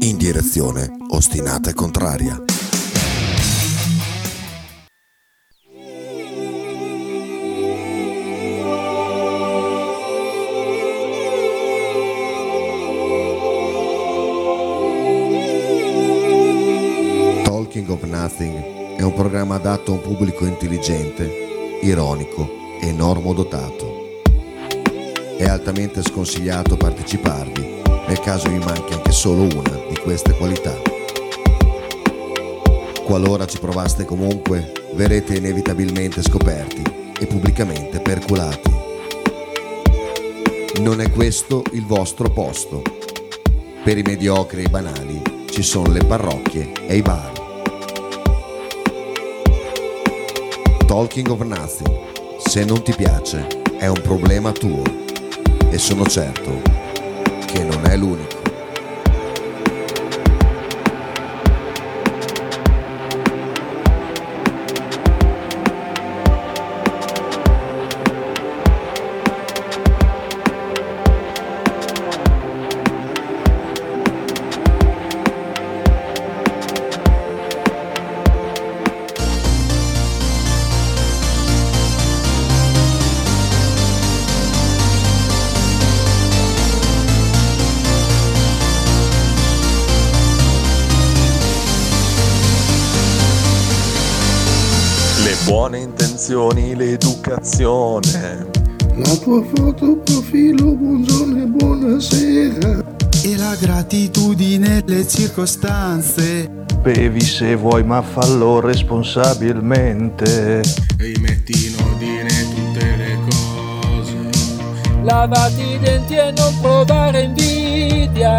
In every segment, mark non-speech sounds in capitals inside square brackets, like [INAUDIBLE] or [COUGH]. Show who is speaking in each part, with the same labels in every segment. Speaker 1: in direzione ostinata e contraria. Talking of Nothing è un programma adatto a un pubblico intelligente, ironico e normodotato. È altamente sconsigliato parteciparvi nel caso vi manchi anche solo una di queste qualità. Qualora ci provaste comunque, verrete inevitabilmente scoperti e pubblicamente perculati. Non è questo il vostro posto. Per i mediocri e i banali ci sono le parrocchie e i bar. Talking of Nothing. Se non ti piace, è un problema tuo. E sono certo che non è l'unico.
Speaker 2: Le buone intenzioni, l'educazione.
Speaker 3: La tua foto profilo, buongiorno e buonasera.
Speaker 4: e la gratitudine le circostanze
Speaker 5: Bevi se vuoi, ma fallo responsabilmente.
Speaker 6: rimetti in ordine tutte le cose.
Speaker 7: Lavati i denti e non provare invidia.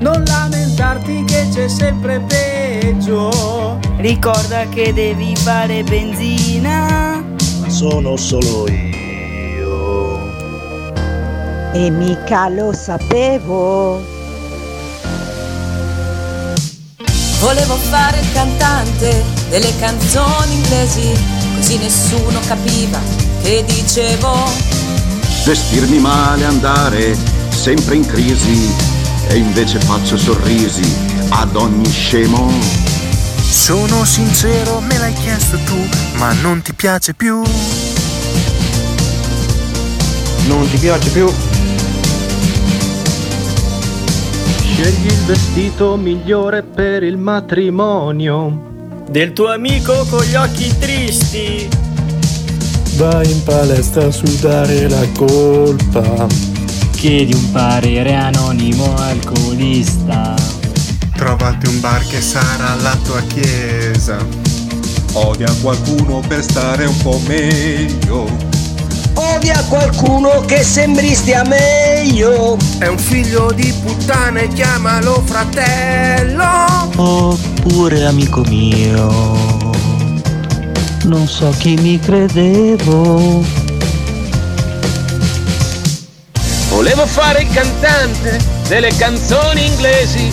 Speaker 7: Non lamentarti che c'è sempre peggio.
Speaker 8: Ricorda che devi fare benzina.
Speaker 9: Sono solo io.
Speaker 10: E mica lo sapevo.
Speaker 11: Volevo fare il cantante delle canzoni inglesi, così nessuno capiva che dicevo.
Speaker 12: Vestirmi male, andare sempre in crisi e invece faccio sorrisi ad ogni scemo.
Speaker 13: Sono sincero, me l'hai chiesto tu, ma non ti piace più.
Speaker 14: Non ti piace più?
Speaker 5: Scegli il vestito migliore per il matrimonio.
Speaker 7: Del tuo amico con gli occhi tristi.
Speaker 15: Vai in palestra a sudare la colpa.
Speaker 16: Chiedi un parere anonimo alcolista.
Speaker 17: Trovati un bar che sarà la tua chiesa.
Speaker 2: Odia qualcuno per stare un po' meglio.
Speaker 7: Odia qualcuno che sembri stia meglio.
Speaker 3: È un figlio di puttana e chiamalo fratello.
Speaker 9: Oppure amico mio. Non so chi mi credevo.
Speaker 7: Volevo fare il cantante delle canzoni inglesi,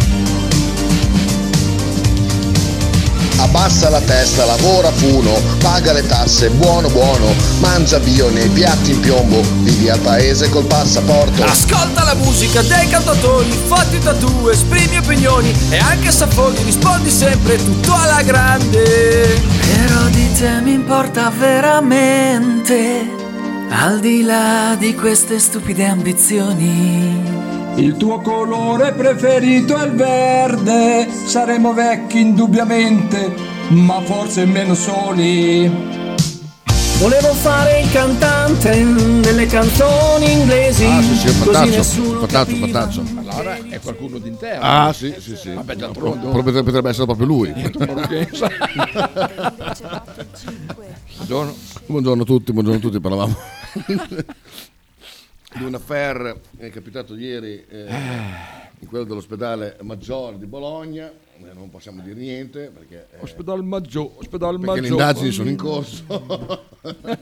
Speaker 18: Abbassa la testa, lavora funo, paga le tasse, buono buono, mangia bio nei piatti in piombo, vivi al paese col passaporto.
Speaker 7: Ascolta la musica dei cantatori, fatti da tu, esprimi opinioni e anche se affoghi rispondi sempre tutto alla grande.
Speaker 19: Però di te mi importa veramente, al di là di queste stupide ambizioni.
Speaker 7: Il tuo colore preferito è il verde, saremo vecchi indubbiamente, ma forse meno soli. Volevo fare il cantante delle canzoni inglesi.
Speaker 1: Ah, sì, sì, un
Speaker 7: così
Speaker 1: fantaccio,
Speaker 7: nessuno
Speaker 1: fantaccio,
Speaker 7: capiva.
Speaker 1: fantaccio.
Speaker 20: Allora è qualcuno d'interno.
Speaker 1: Ah, sì, sì, sì.
Speaker 20: Vabbè,
Speaker 1: Pro-
Speaker 20: d'altronde.
Speaker 1: pro- potrebbe, potrebbe essere proprio lui. [LAUGHS]
Speaker 20: Portoghese.
Speaker 1: buongiorno. Buongiorno a tutti, buongiorno a tutti, parlavamo.
Speaker 21: di un affair che è capitato ieri eh, in quello dell'ospedale Maggiore di Bologna, eh, non possiamo dire niente perché, eh,
Speaker 20: Ospedal Maggio, Ospedal
Speaker 21: perché
Speaker 20: Maggio.
Speaker 21: le indagini sono in corso.
Speaker 20: [LAUGHS]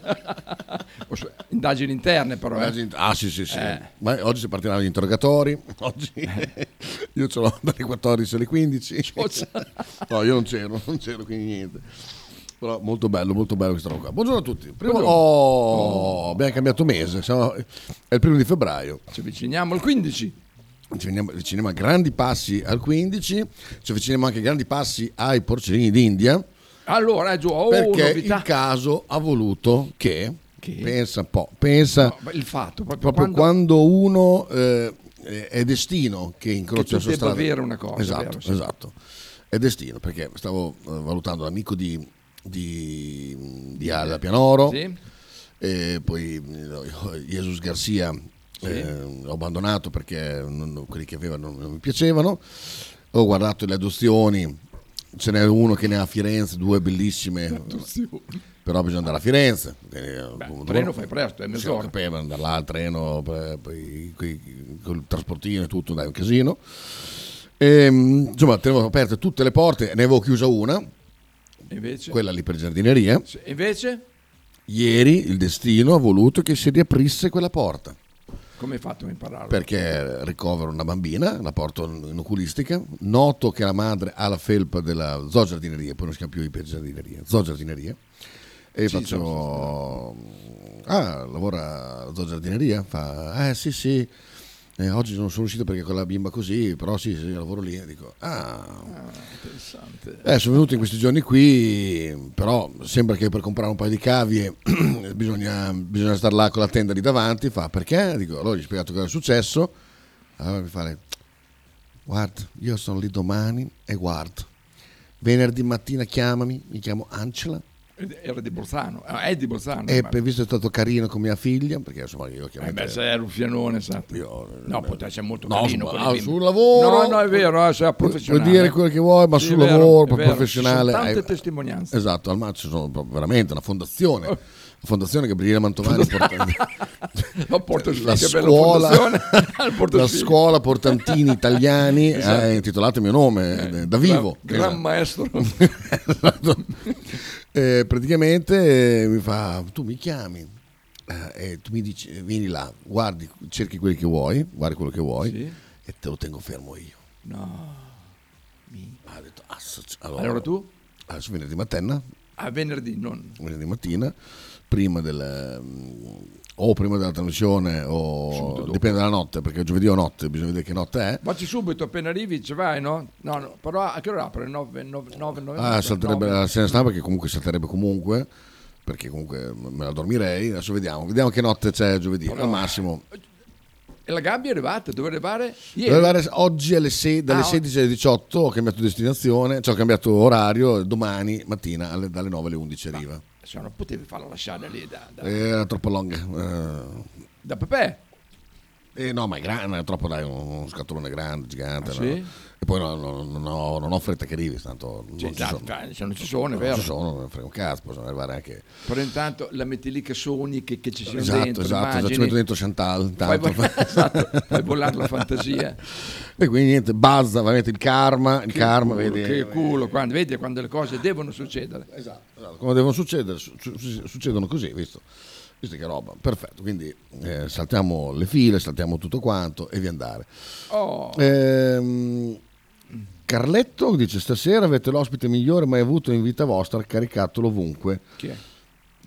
Speaker 20: Os- indagini interne però. eh.
Speaker 21: Indagini- Ah sì sì sì,
Speaker 20: Eh.
Speaker 21: Ma oggi si partiranno gli interrogatori, [LAUGHS] oggi io ce l'ho dalle 14 alle
Speaker 20: [LAUGHS]
Speaker 21: 15, no io non c'ero, non c'ero quindi niente. Però molto bello, molto bello questa roba qua. Buongiorno a tutti. Primo-
Speaker 20: Buongiorno.
Speaker 21: Oh, abbiamo cambiato mese, siamo- è il primo di febbraio.
Speaker 20: Ci avviciniamo al 15.
Speaker 21: Ci avviciniamo- avviciniamo a grandi passi al 15, ci avviciniamo anche a grandi passi ai porcellini d'India.
Speaker 20: Allora, eh, giù, oh,
Speaker 21: perché
Speaker 20: novità.
Speaker 21: il caso ha voluto che, pensa un po', pensa
Speaker 20: No, il fatto Certo, proprio,
Speaker 21: proprio quando, uno eh, è destino che incrocia
Speaker 20: Che tu
Speaker 21: la sua
Speaker 20: debba
Speaker 21: strada.
Speaker 20: avere una cosa,
Speaker 21: esatto,
Speaker 20: vero, sì.
Speaker 21: esatto. È destino perché stavo eh, valutando l'amico di, di, di Ada Pianoro,
Speaker 20: Sì.
Speaker 21: e poi eh, Jesus Garcia eh, l'ho abbandonato perché non- quelli che aveva non, non mi piacevano. Ho guardato le adozioni, ce n'è uno che ne ha a Firenze, due bellissime, però bisogna andare a Firenze. quindi, eh, dopo-
Speaker 20: il treno fai presto, è
Speaker 21: Sì,
Speaker 20: mezz'ora.
Speaker 21: lo capivo, andare là al treno, poi- poi coi- col trasportino e tutto, dai, un casino. Ehm, insomma, tenevo aperte tutte le porte, ne avevo chiusa una,
Speaker 20: Invece,
Speaker 21: quella lì per giardineria.
Speaker 20: Sì, invece
Speaker 21: Ieri il destino ha voluto che si riaprisse quella porta
Speaker 20: come hai fatto a impararlo?
Speaker 21: perché ricovero una bambina, la porto in oculistica, noto che la madre ha la felpa della zoogiardineria, poi non si chiama più ipergiardineria, zoogiardineria, e
Speaker 20: Sì,
Speaker 21: faccio... Ah, lavora alla zoogiardineria? Fa, eh sì sì, eh, oggi non sono uscito perché con la bimba così, però sì, sì, lavoro lì, e dico, ah...
Speaker 20: Interessante.
Speaker 21: Eh, sono venuto in questi giorni qui, però sembra che per comprare un paio di cavie [CLEARS THROAT] bisogna, bisogna star là con la tenda lì davanti. Fa perché? Dico, allora gli ho spiegato cosa è successo. Allora mi fa lei, guarda, io sono lì domani e guardo. Venerdì mattina chiamami, mi chiamo Angela.
Speaker 20: Ed Era di Bolzano, Ah, è di Bolzano.
Speaker 21: E
Speaker 20: ma-
Speaker 21: Eh, per visto è stato carino con mia figlia, perché insomma io
Speaker 20: Eh
Speaker 21: chiaramente... eh,
Speaker 20: beh, se è Ruffianone, esatto. no, poteva essere molto
Speaker 21: No,
Speaker 20: carino.
Speaker 21: insomma,
Speaker 20: con le
Speaker 21: ah,
Speaker 20: bimbe.
Speaker 21: sul lavoro-
Speaker 20: No, no, è vero, eh, sei
Speaker 21: Puoi
Speaker 20: professionale.
Speaker 21: dire quello che vuoi, ma
Speaker 20: Sì,
Speaker 21: sul
Speaker 20: è vero,
Speaker 21: lavoro,
Speaker 20: è
Speaker 21: proprio
Speaker 20: vero.
Speaker 21: professionale.
Speaker 20: Ci sono tante Oh.
Speaker 21: eh,
Speaker 20: testimonianze.
Speaker 21: [LAUGHS] Esatto, al mazzo sono proprio veramente una fondazione. La fondazione
Speaker 20: [LAUGHS]
Speaker 21: Gabriele Mantovani
Speaker 20: No, porto
Speaker 21: Cioè, la
Speaker 20: sfiga per
Speaker 21: scuola, [LAUGHS]
Speaker 20: fondazione. Al porto
Speaker 21: la
Speaker 20: sfiga.
Speaker 21: scuola Portantini Italiani
Speaker 20: [LAUGHS] Esatto.
Speaker 21: ha intitolato il mio nome eh, da vivo.
Speaker 20: Gran, gran maestro.
Speaker 21: [LAUGHS] Esatto. Eh, praticamente eh, mi fa, tu mi chiami eh, e tu mi dici, eh, vieni là, guardi, cerchi quelli che vuoi, guardi quello che vuoi
Speaker 20: Sì.
Speaker 21: e te lo tengo fermo io.
Speaker 20: No.
Speaker 21: Ha detto, "Asso- cioè,
Speaker 20: Allora, tu?
Speaker 21: Adesso venerdì mattina,
Speaker 20: A venerdì, non.
Speaker 21: venerdì mattina, prima del mm, o prima della trasmissione o dipende dalla notte, perché giovedì o notte, bisogna vedere che notte è.
Speaker 20: Facci subito, appena arrivi ci vai, no? No, no, però a che ora apre? 9, 9, 9, 9
Speaker 21: Ah, salterebbe la sera stampa che comunque salterebbe comunque perché comunque me la dormirei. Adesso vediamo, vediamo che notte c'è giovedì.
Speaker 20: Allora.
Speaker 21: Al massimo
Speaker 20: E la gabbia è arrivata, doveva arrivare ieri.
Speaker 21: Doveva arrivare oggi alle sei- dalle
Speaker 20: Ah,
Speaker 21: 16 alle 18 ho cambiato destinazione, cioè ho cambiato orario, domani mattina alle- dalle 9 alle 11 arriva.
Speaker 20: Se no, potevi farla lasciare lì da, da,
Speaker 21: Era troppo longa. eh.
Speaker 20: da Pepe.
Speaker 21: Eh, no, ma è grande, è troppo dai, un- uno scatolone grande, gigante.
Speaker 20: Ah,
Speaker 21: no?
Speaker 20: sì?
Speaker 21: E poi no, no, non ho- non ho fretta che arrivi, tanto non
Speaker 20: Sì,
Speaker 21: ci
Speaker 20: esatto,
Speaker 21: sono.
Speaker 20: cioè, se non ci sono, è
Speaker 21: Non
Speaker 20: vero.
Speaker 21: ci sono, non frega un cazzo, possono arrivare anche...
Speaker 20: Però intanto la metti lì che suoni, che, che ci siano
Speaker 21: Esatto,
Speaker 20: dentro.
Speaker 21: esatto, esatto,
Speaker 20: immagini.
Speaker 21: ci metto dentro Chantal.
Speaker 20: Fai,
Speaker 21: Intanto.
Speaker 20: vol- [LAUGHS]
Speaker 21: [LAUGHS]
Speaker 20: esatto, fai volare la fantasia.
Speaker 21: e quindi niente, bazza, veramente il karma, il
Speaker 20: Che culo,
Speaker 21: karma, vedi, eh,
Speaker 20: Che culo, quando, vedi quando le cose devono succedere.
Speaker 21: Esatto. come devono succedere, su- su- succedono così, visto? Visto che roba, perfetto, quindi eh, saltiamo le file, saltiamo tutto quanto e via andare.
Speaker 20: Oh,
Speaker 21: Ehm, Carletto dice stasera avete l'ospite migliore mai avuto in vita vostra, caricatelo ovunque.
Speaker 20: chi è?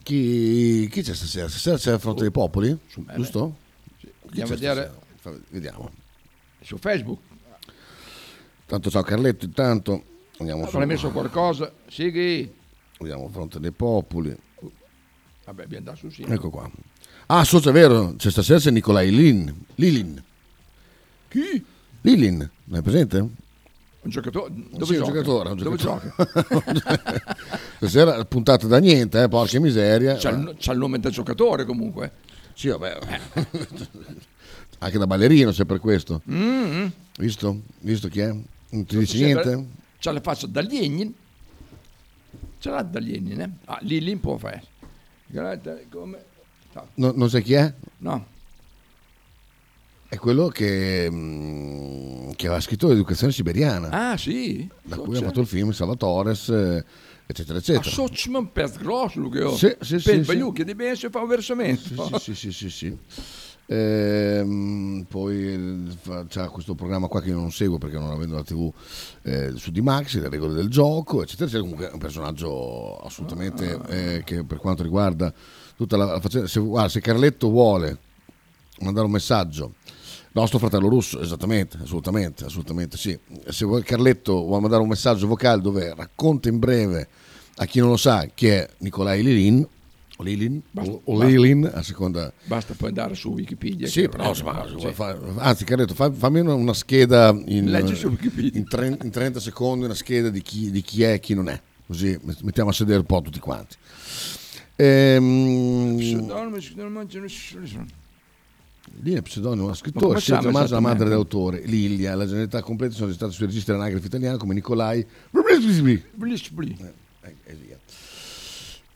Speaker 21: Chi, chi c'è stasera? Stasera c'è il Fronte dei Popoli, Su-
Speaker 20: beh.
Speaker 21: giusto?
Speaker 20: Andiamo a
Speaker 21: c'è
Speaker 20: vedere
Speaker 21: Fa- Vediamo.
Speaker 20: su Facebook.
Speaker 21: Tanto ciao Carletto, intanto andiamo su,
Speaker 20: Avrei Ah, messo qualcosa. Sighi.
Speaker 21: vediamo Fronte dei Popoli.
Speaker 20: Vabbè, abbiamo andato su sì.
Speaker 21: Ecco qua. Ah, so, è vero, c'è stasera c'è Nicolai Lilin. Lilin.
Speaker 20: Chi?
Speaker 21: Lilin, l'hai presente?
Speaker 20: Un giocatore? Dove
Speaker 21: Sì,
Speaker 20: gioca?
Speaker 21: un giocatore, un
Speaker 20: Dove
Speaker 21: giocatore. [LAUGHS]
Speaker 20: gioca?
Speaker 21: Stasera puntata da niente, eh, porca miseria. Eh,
Speaker 20: c'ha, il, c'ha il nome da giocatore comunque. Eh.
Speaker 21: Sì, vabbè. [LAUGHS] Anche da ballerino c'è per questo.
Speaker 20: Mm.
Speaker 21: Visto? Visto chi è? Non ti dici
Speaker 20: Sembra-
Speaker 21: niente?
Speaker 20: C'ha la faccia cioè, da Lenin. Ce l'ha da Lenin, eh? Ah, lì lì può fare. Guarda come...
Speaker 21: No- non sai chi è?
Speaker 20: No.
Speaker 21: È quello che, mm, che aveva scritto l'educazione siberiana,
Speaker 20: Ah, sì?
Speaker 21: da cui ha fatto il film Salvatore, eccetera,
Speaker 20: Ah,
Speaker 21: eccetera.
Speaker 20: Sochman per Groslugeo.
Speaker 21: Sì, sì, sì,
Speaker 20: Per
Speaker 21: sì.
Speaker 20: Baiucchi di Benso fa un versamento.
Speaker 21: Sì, sì, sì, sì, sì. Ehm, poi il- fa- c'è questo programma qua che io non seguo perché non avendo la tv eh, su Di Max, le regole del gioco, eccetera, eccetera. Comunque è un personaggio assolutamente eh, che per quanto riguarda tutta la, la faccenda. Se, guarda, se Carletto vuole mandare un messaggio. Nostro fratello russo, esattamente, assolutamente, assolutamente sì. Se vuoi Carletto vuole mandare un messaggio vocale dove racconta in breve a chi non lo sa chi è Nicolai Lilin, o Lilin,
Speaker 20: Basta-
Speaker 21: o- o Lilin a seconda
Speaker 20: Basta poi andare su Wikipedia.
Speaker 21: sì,
Speaker 20: che-
Speaker 21: però se- ma-
Speaker 20: sì.
Speaker 21: se vuoi fa- anzi, Carletto, fa- fammi una, una scheda in,
Speaker 20: Leggi su
Speaker 21: in tre- in 30 secondi, una scheda di chi, di chi è e chi non è. Così mettiamo a sedere un po' tutti quanti. Ehm, Lì è pseudonimo, ha
Speaker 20: Ma
Speaker 21: scrittore,
Speaker 20: come
Speaker 21: scelto
Speaker 20: siamo
Speaker 21: in omaggio alla madre
Speaker 20: esattamente?
Speaker 21: dell'autore, Lilia. La generalità completa sono registrate sui registri anagrafi italiani come Nicolai.
Speaker 20: Blish, blish.
Speaker 21: Eh,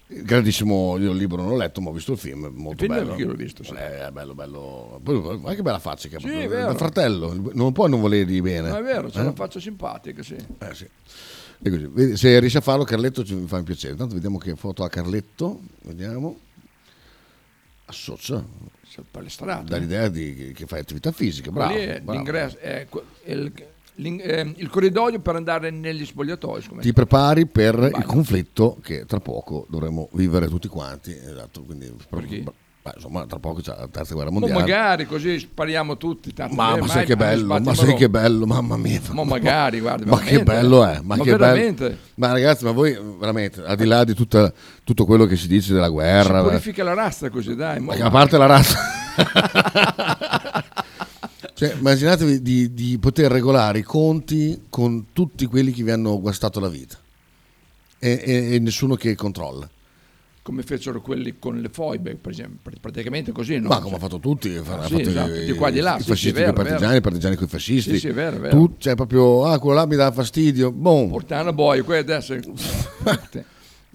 Speaker 21: Grandissimo, io il libro non l'ho letto, ma ho visto il film, molto
Speaker 20: Il film
Speaker 21: bello.
Speaker 20: anche io l'ho visto, sì.
Speaker 21: Eh, è bello, bello. Poi, guarda che bella faccia che ha
Speaker 20: Sì,
Speaker 21: proprio.
Speaker 20: è
Speaker 21: da
Speaker 20: vero.
Speaker 21: fratello, non puoi non volergli bene.
Speaker 20: Ma è vero, c'è
Speaker 21: Eh?
Speaker 20: una faccia simpatica, sì.
Speaker 21: Eh, sì. E così. Vedi, Se riesci a farlo, Carletto ci fa un piacere. Intanto vediamo che foto ha Carletto. Vediamo. Associa.
Speaker 20: palestrato.
Speaker 21: Dà l'idea di, che fai attività fisica. Bravo.
Speaker 20: Lì eh. è
Speaker 21: bravo.
Speaker 20: l'ingresso, è que- il, l'in- ehm, il corridoio per andare negli spogliatoi. siccome-
Speaker 21: Ti prepari per il conflitto che tra poco dovremo vivere tutti quanti. Esatto. Quindi, Beh, insomma, tra poco c'è la terza guerra
Speaker 20: Ma
Speaker 21: mondiale.
Speaker 20: Boh, magari eh, così spariamo tutti. Tanto
Speaker 21: Ma,
Speaker 20: bene,
Speaker 21: ma
Speaker 20: mai-
Speaker 21: sai che
Speaker 20: alle
Speaker 21: bello,
Speaker 20: spalle
Speaker 21: ma
Speaker 20: di
Speaker 21: sai
Speaker 20: Marò.
Speaker 21: che bello, mamma mia.
Speaker 20: Ma magari, guarda,
Speaker 21: [LAUGHS] Ma che
Speaker 20: veramente.
Speaker 21: bello è, ma,
Speaker 20: Ma
Speaker 21: che bello.
Speaker 20: veramente.
Speaker 21: Ma ragazzi, ma voi veramente, al di là di tutta- tutto quello che si dice della
Speaker 20: Si
Speaker 21: guerra, beh,
Speaker 20: purifica la razza così, dai. mo-
Speaker 21: Perché eh. a parte la razza. Cioè, immaginatevi di, di poter regolare i conti con tutti quelli che vi hanno guastato la vita e, e- e nessuno che controlla.
Speaker 20: [LAUGHS] Ah, Come fecero quelli con le foibe, per esempio, pr- praticamente così. No?
Speaker 21: Ma come ha fatto tutti, ha
Speaker 20: Ah,
Speaker 21: fatto
Speaker 20: sì,
Speaker 21: i-
Speaker 20: esatto, di qua e di là,
Speaker 21: i
Speaker 20: sì, sì,
Speaker 21: fascisti con i
Speaker 20: vero,
Speaker 21: partigiani,
Speaker 20: vero.
Speaker 21: i partigiani con i fascisti.
Speaker 20: Sì, sì, è vero, è vero.
Speaker 21: Tu, cioè, proprio, ah, quello là mi dà fastidio. Boom.
Speaker 20: Portano boia, qui adesso.
Speaker 21: [LAUGHS]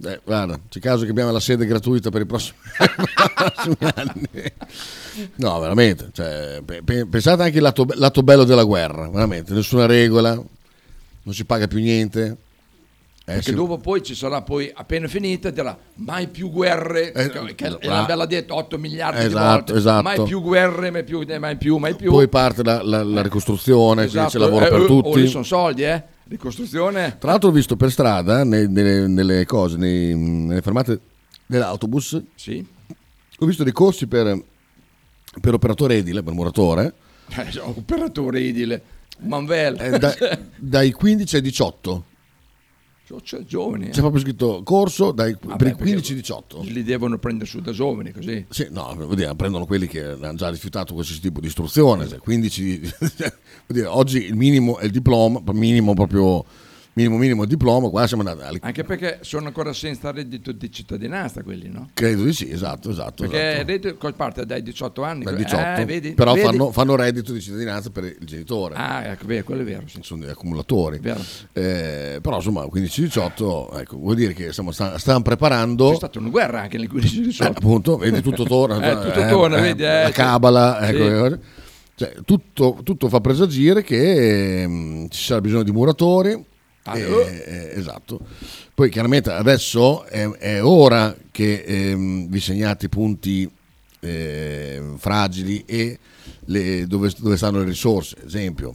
Speaker 21: Eh, guarda, c'è caso che abbiamo la sede gratuita per i prossimi, [LAUGHS] prossimi anni. No, veramente. cioè, pe- pe- pensate anche al lato, be- lato bello della guerra, veramente. Nessuna regola, non si paga più niente. Eh,
Speaker 20: Perché
Speaker 21: sì.
Speaker 20: dopo poi ci sarà poi, appena finita, dirà mai più guerre,
Speaker 21: Eh,
Speaker 20: che- che
Speaker 21: bra-
Speaker 20: l'abbiamo detto 8 miliardi
Speaker 21: Esatto,
Speaker 20: di volte,
Speaker 21: esatto.
Speaker 20: mai più guerre, mai più, eh, mai più, mai più. Eh,
Speaker 21: Poi parte la, la- la ricostruzione, quindi c'è
Speaker 20: Esatto,
Speaker 21: lavoro
Speaker 20: eh,
Speaker 21: per
Speaker 20: eh, oh, lì
Speaker 21: tutti.
Speaker 20: sono soldi, eh? Ricostruzione.
Speaker 21: Tra l'altro ho visto per strada, nei- nelle, nelle cose, nei- nelle fermate dell'autobus, ho visto dei corsi per, per operatore edile, per muratore,
Speaker 20: Eh, operatore edile, Manvel.
Speaker 21: eh, da- dai 15 ai 18.
Speaker 20: [LAUGHS] Cioè, cioè, giovani. eh.
Speaker 21: C'è proprio scritto corso dai, per i
Speaker 20: perché
Speaker 21: 15-18.
Speaker 20: Li devono prendere su da giovani, così.
Speaker 21: Sì, no, vuol dire, prendono quelli che hanno già rifiutato qualsiasi tipo di istruzione. cioè, 15, [LAUGHS] vuol dire, oggi il minimo è il diploma, minimo proprio, minimo minimo il diploma, qua siamo andati al
Speaker 20: Anche perché sono ancora senza reddito di cittadinanza quelli, no?
Speaker 21: Credo di sì, esatto, esatto.
Speaker 20: Perché
Speaker 21: esatto.
Speaker 20: il reddito cosa parte dai 18 anni.
Speaker 21: Dal
Speaker 20: Eh,
Speaker 21: 18,
Speaker 20: vedi?
Speaker 21: però
Speaker 20: Vedi?
Speaker 21: Fanno, fanno reddito di cittadinanza per il genitore.
Speaker 20: Ah, ecco, vero, quello è vero. sì.
Speaker 21: Sono degli accumulatori.
Speaker 20: Vero.
Speaker 21: Eh, però insomma, 15-18, ecco, vuol dire che stiamo, sta- stanno preparando.
Speaker 20: C'è stata una guerra anche nel 15
Speaker 21: Eh, appunto, vedi, tutto torna.
Speaker 20: [LAUGHS] Eh, tutto torna, vedi, eh,
Speaker 21: la
Speaker 20: sì.
Speaker 21: cabala,
Speaker 20: Sì.
Speaker 21: ecco, eh, cioè, tutto, tutto fa presagire che ehm, ci sarà bisogno di muratori.
Speaker 20: Ah,
Speaker 21: eh,
Speaker 20: eh.
Speaker 21: eh, esatto. Poi chiaramente adesso è, è ora che ehm, vi segnate i punti eh, fragili e le- dove, dove stanno le risorse. Esempio,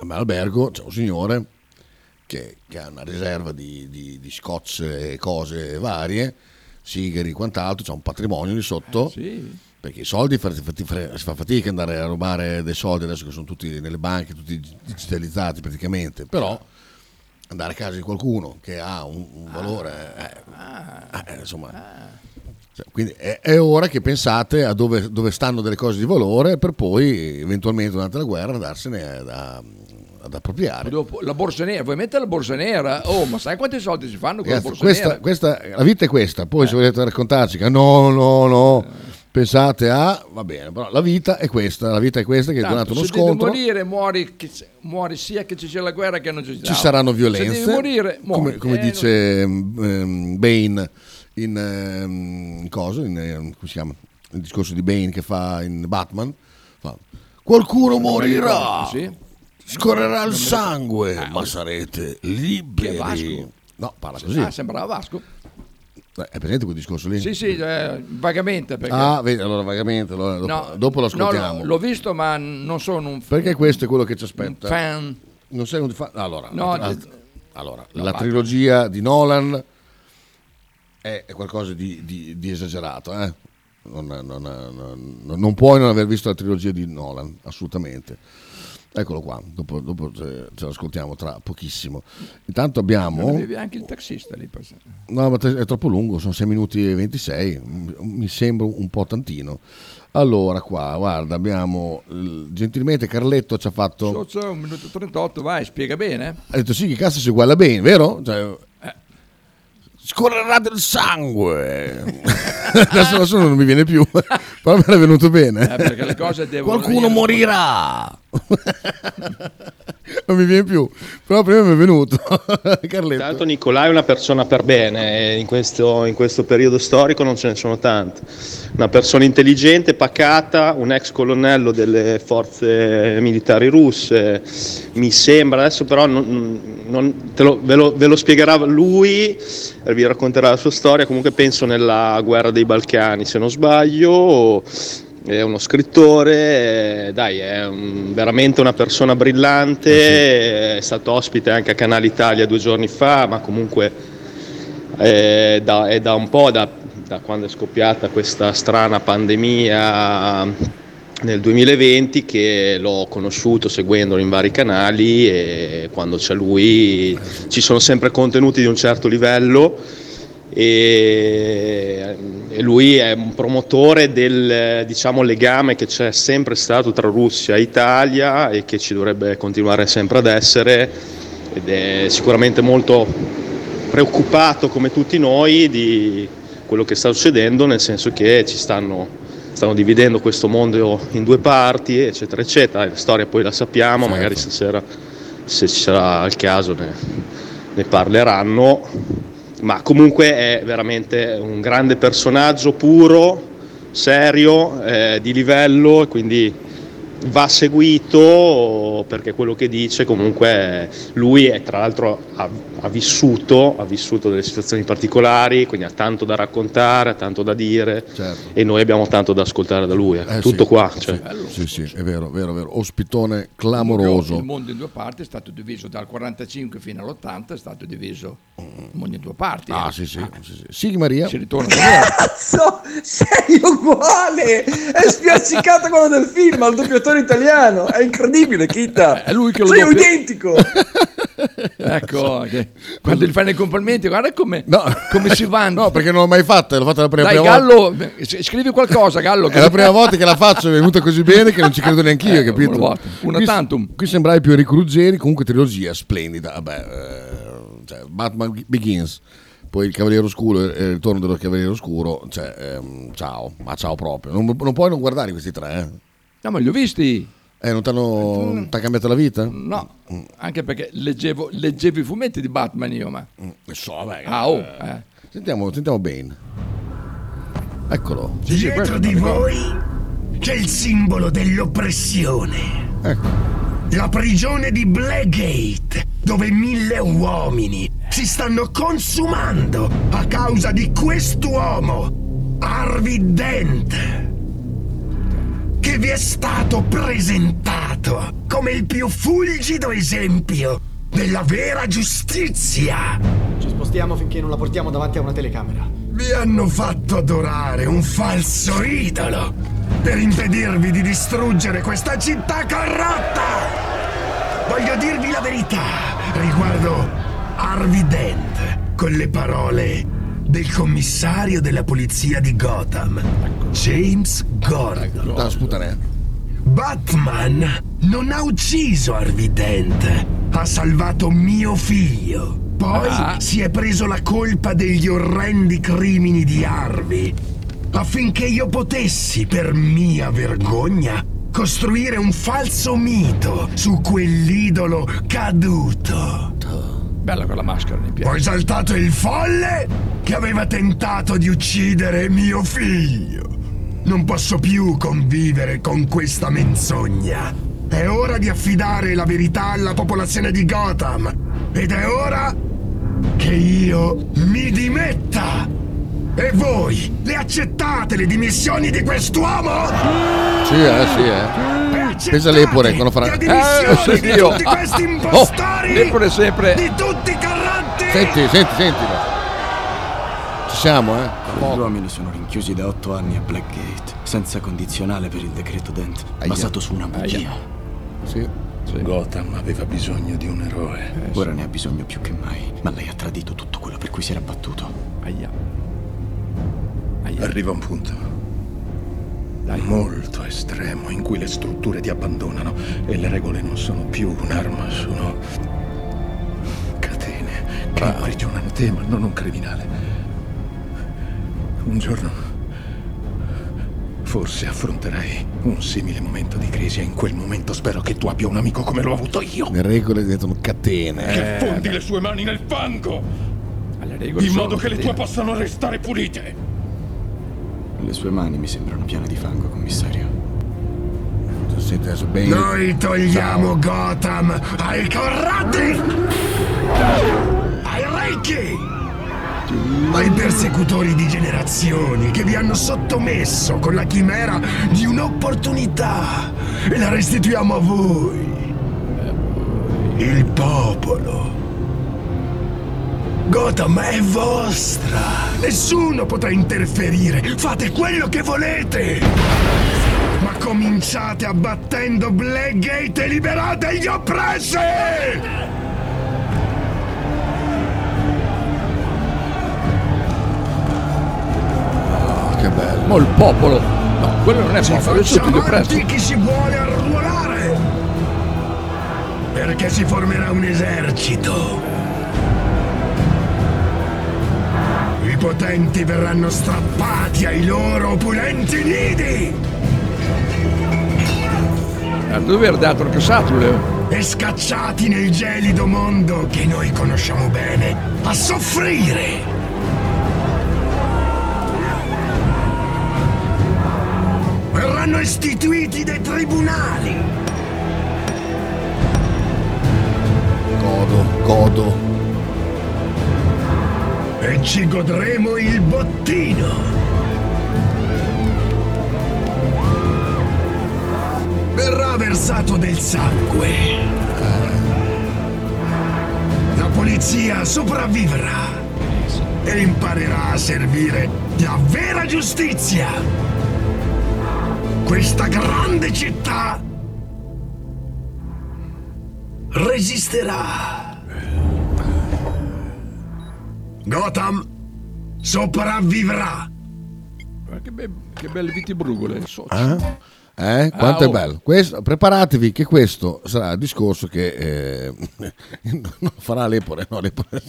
Speaker 21: a me albergo c'è un signore che, che ha una riserva di, di, di scotch e cose varie, sigari e quant'altro, c'è un patrimonio lì sotto. Perché i soldi fa- fati- fa- si fa fatica ad andare a rubare dei soldi adesso che sono tutti nelle banche, tutti digitalizzati praticamente. Però andare a casa di qualcuno che ha un, un valore, eh, eh, insomma, cioè, quindi è, è ora che pensate a dove, dove stanno delle cose di valore per poi eventualmente durante la guerra eh, andarsene ad, a- ad appropriare.
Speaker 20: Dopo, la borsa nera, vuoi mettere la borsa nera? Oh, ma sai quanti soldi si fanno con
Speaker 21: Ragazzi,
Speaker 20: la borsa
Speaker 21: questa,
Speaker 20: nera? Eh.
Speaker 21: questa- la vita è questa, poi se volete raccontarci che no, no, no, pensate a, va bene, però la vita è questa, la vita è questa che durante
Speaker 20: Tanto,
Speaker 21: uno
Speaker 20: se devi
Speaker 21: scontro
Speaker 20: morire, muori, che- muori sia che ci sia la guerra che non ci sia.
Speaker 21: ci saranno
Speaker 20: Se
Speaker 21: violenze,
Speaker 20: devi morire,
Speaker 21: come,
Speaker 20: muori.
Speaker 21: come
Speaker 20: Eh,
Speaker 21: dice ehm, Bane in, ehm, in cosa, in, ehm, come si chiama? Il discorso di Bane che fa in Batman, Fa, Qualcuno
Speaker 20: morirà,
Speaker 21: morirà,
Speaker 20: sì.
Speaker 21: scorrerà
Speaker 20: Non me
Speaker 21: il
Speaker 20: lo- Eh,
Speaker 21: sangue, ma sarete liberi. No, parla così.
Speaker 20: Ah, sembrava Vasco.
Speaker 21: Eh, È presente quel discorso lì?
Speaker 20: Sì, sì, eh, vagamente perché...
Speaker 21: Ah, vedi, allora vagamente, allora dopo, dopo lo ascoltiamo.
Speaker 20: no, l'ho visto, ma non sono un
Speaker 21: Perché questo è quello che ci aspetta.
Speaker 20: fan.
Speaker 21: Non sei un fan. Allora,
Speaker 20: No,
Speaker 21: la-
Speaker 20: di-
Speaker 21: allora,
Speaker 20: No,
Speaker 21: la
Speaker 20: va.
Speaker 21: trilogia di Nolan è, è qualcosa di, di- di esagerato. eh. Non, non- non- non puoi non aver visto la trilogia di Nolan, assolutamente. Eccolo qua, dopo, dopo ce, ce l'ascoltiamo tra pochissimo. Intanto abbiamo...
Speaker 20: avevi anche il taxista lì. per-
Speaker 21: No, ma te- è troppo lungo, sono 6 minuti e 26, m- mi sembra un po' tantino. Allora qua, guarda, abbiamo... il- Gentilmente Carletto ci ha fatto...
Speaker 20: So, so, un minuto e 38, vai, spiega bene.
Speaker 21: Ha detto sì, che cazzo si uguala bene, vero? Cioè,
Speaker 20: Eh.
Speaker 21: Scorrerà del sangue.
Speaker 20: [LAUGHS]
Speaker 21: Adesso la sono non mi viene più, [LAUGHS] però me l'è venuto bene.
Speaker 20: Eh, perché le cose devono
Speaker 21: Qualcuno
Speaker 20: venire- [LAUGHS]
Speaker 21: morirà. non mi viene più, però prima mi
Speaker 20: [LAUGHS]
Speaker 21: è venuto. Carletto.
Speaker 15: Intanto Nicolai è una persona per bene, eh, in questo, in questo periodo storico non ce ne sono tante. Una persona intelligente, pacata, un ex colonnello delle forze militari russe, mi sembra, adesso però non- non- te lo- ve, lo, ve lo spiegherà lui, eh, vi racconterà la sua storia, comunque penso nella guerra dei Balcani se non sbaglio. È uno scrittore, eh, dai, è un- veramente una persona brillante, è stato ospite anche a Canale Italia due giorni fa, ma comunque eh, da- è da un po', da, da quando è scoppiata questa strana pandemia nel 2020 che l'ho conosciuto seguendolo in vari canali e quando c'è lui ci sono sempre contenuti di un certo livello e e lui è un promotore del eh, diciamo, legame che c'è sempre stato tra Russia e Italia e che ci dovrebbe continuare sempre ad essere ed è sicuramente molto preoccupato come tutti noi di quello che sta succedendo nel senso che ci stanno, stanno dividendo questo mondo in due parti eccetera eccetera la storia poi la sappiamo magari stasera se ci sarà il caso ne- ne parleranno ma comunque è veramente un grande personaggio puro, serio, eh, di livello, e quindi va seguito perché quello che dice comunque eh, lui è, tra l'altro ha, ha vissuto, ha vissuto delle situazioni particolari, quindi ha tanto da raccontare, ha tanto da dire
Speaker 21: Certo.
Speaker 15: e noi abbiamo tanto da ascoltare da lui, ecco.
Speaker 21: Eh,
Speaker 15: tutto
Speaker 21: sì,
Speaker 15: qua.
Speaker 21: sì,
Speaker 15: cioè.
Speaker 21: Sì, sì, è vero, vero, vero. Ospitone clamoroso.
Speaker 20: Il mondo in due parti è stato diviso dal 45 fino all'80, è stato diviso il mondo in due parti.
Speaker 21: Ah, sì, sì. sì, sì. Sighi Maria.
Speaker 20: Si ritorna indietro.
Speaker 22: Cazzo, sei uguale! È spiaccicato quello del film al doppiatore italiano. È incredibile, Kita. È lui che
Speaker 20: lo
Speaker 22: Sei
Speaker 20: doppia.
Speaker 22: identico.
Speaker 20: [LAUGHS] Ecco, che- quando gli fanno i complimenti, guarda come, come si vanta.
Speaker 21: No, perché non l'ho mai fatta, l'ho fatta la prima,
Speaker 20: Dai,
Speaker 21: prima volta.
Speaker 20: Gallo, s- scrivi qualcosa, Gallo.
Speaker 21: È la prima volta che la faccio, è venuta così bene che non ci credo neanche io,
Speaker 20: Eh,
Speaker 21: capito?
Speaker 20: una volta, una
Speaker 21: qui,
Speaker 20: tantum.
Speaker 21: Qui sembravi più Enrico Ruggeri, comunque trilogia splendida. Vabbè, eh, cioè, Batman Begins, poi il Cavaliere Oscuro e il ritorno dello Cavaliere Oscuro, cioè, ehm, ciao, ma ciao proprio. Non, non puoi non guardare questi tre, eh.
Speaker 20: No, ma li ho visti. Mm.
Speaker 21: Eh, non t'hanno- t'ha cambiato la vita?
Speaker 20: [LAUGHS]
Speaker 21: Mm.
Speaker 20: No, anche perché leggevo, leggevo i fumetti di Batman io, ma...
Speaker 21: Mm, So,
Speaker 20: Ah, oh, eh.
Speaker 21: Sentiamo, sentiamo Bane. Eccolo.
Speaker 4: Dietro di voi c'è il simbolo dell'oppressione. La prigione di Blackgate, dove mille uomini si stanno consumando a causa di quest'uomo, Harvey Dent, che vi è stato presentato come il più fulgido esempio della vera giustizia.
Speaker 23: Ci spostiamo finché non la portiamo davanti a una telecamera.
Speaker 4: Vi hanno fatto adorare un falso idolo per impedirvi di distruggere questa città corrotta! Voglio dirvi la verità riguardo Harvey Dent con le parole del commissario della polizia di Gotham, James Gordon. Batman non ha ucciso Harvey Dent, ha salvato mio figlio. Poi Ah. si è preso la colpa degli orrendi crimini di Harvey, affinché io potessi, per mia vergogna, costruire un falso mito su quell'idolo caduto.
Speaker 20: Bella quella maschera, mi piace.
Speaker 4: Ho esaltato il folle che aveva tentato di uccidere mio figlio. Non posso più convivere con questa menzogna. È ora di affidare la verità alla popolazione di Gotham. Ed è ora che io mi dimetta. E voi, le accettate le dimissioni di quest'uomo?
Speaker 21: Sì, eh, sì, eh. Pesa l'epore quando farà. Eh, sì, io.
Speaker 4: Tutti questi
Speaker 21: Oh,
Speaker 4: impostori!
Speaker 21: l'epore sempre.
Speaker 4: Di tutti i corrotti!
Speaker 21: Senti, senti, sentilo. Ci siamo, eh.
Speaker 10: Gli uomini sono rinchiusi da otto anni a Blackgate, senza condizionale per il decreto Dent, basato su una bugia.
Speaker 21: Sì.
Speaker 10: Gotham aveva bisogno di un eroe. Ora ne ha bisogno più che mai, ma lei ha tradito tutto quello per cui si era battuto. Aia.
Speaker 12: Arriva un punto molto estremo in cui le strutture ti abbandonano e le regole non sono più un'arma, sono catene che imprigionano te, ma non un criminale. Un giorno forse affronterai un simile momento di crisi e in quel momento spero che tu abbia un amico come l'ho avuto io.
Speaker 21: Le regole diventano
Speaker 10: Eh,
Speaker 21: catene.
Speaker 12: Che fondi le sue mani nel fango!
Speaker 10: regole
Speaker 12: in
Speaker 10: sono
Speaker 12: modo che le tue
Speaker 10: catene.
Speaker 12: possano restare pulite!
Speaker 10: Le sue mani mi sembrano piene di fango, commissario.
Speaker 21: Senti adesso bene.
Speaker 4: Noi togliamo Gotham ai corrotti! Ai ricchi! Ai persecutori di generazioni che vi hanno sottomesso con la chimera di un'opportunità e la restituiamo a voi, il popolo. Gotham è vostra, nessuno potrà interferire, fate quello che volete! Ma cominciate abbattendo Blackgate e liberate gli oppressi!
Speaker 21: Che bello. Ma il popolo. No, quello non è
Speaker 4: Ci
Speaker 21: popolo, è
Speaker 4: faccia
Speaker 21: tutti gli
Speaker 4: avanti
Speaker 21: oppressi.
Speaker 4: chi si vuole arruolare! Perché si formerà un esercito! I potenti verranno strappati ai loro opulenti nidi!
Speaker 20: Eh,
Speaker 21: Dove era dato che satule?
Speaker 4: e scacciati nel gelido mondo che noi conosciamo bene, a soffrire! Verranno istituiti dei tribunali!
Speaker 21: Godo, godo.
Speaker 4: E ci godremo il bottino! Verrà versato del sangue! La polizia sopravviverà e imparerà a servire la vera giustizia! Questa grande città resisterà! Gotham sopravvivrà!
Speaker 20: Che, be- che belle vitibrugole. so-
Speaker 21: Eh? Eh? Quanto
Speaker 20: Ah,
Speaker 21: è
Speaker 20: oh.
Speaker 21: bello. Questo- preparatevi che questo sarà il discorso che eh, [LAUGHS] non farà l'epore. No, l'epore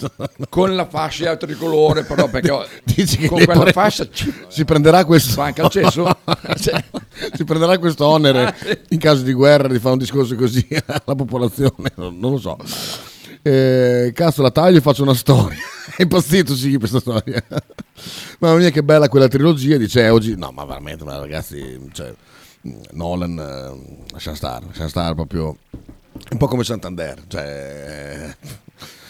Speaker 20: Con la fascia tricolore,
Speaker 21: [LAUGHS]
Speaker 20: però, perché ho-
Speaker 21: Dici che
Speaker 20: con
Speaker 21: l'epore
Speaker 20: quella fascia ci-
Speaker 21: si prenderà questo
Speaker 20: Manca il
Speaker 21: [LAUGHS]
Speaker 20: cesso. Cioè-
Speaker 21: si prenderà
Speaker 20: [LAUGHS]
Speaker 21: questo onere in caso di guerra di fare un discorso così [LAUGHS] alla popolazione. Non, non lo so. Eh, cazzo, la taglio e faccio una storia. [LAUGHS] È impazzito, sì, questa storia. [LAUGHS] Mamma mia, che bella quella trilogia. Dice eh, oggi, no, ma veramente, ma ragazzi, cioè, mh, Nolan, eh, lascia stare, lascia stare proprio. Un po' come Santander, cioè.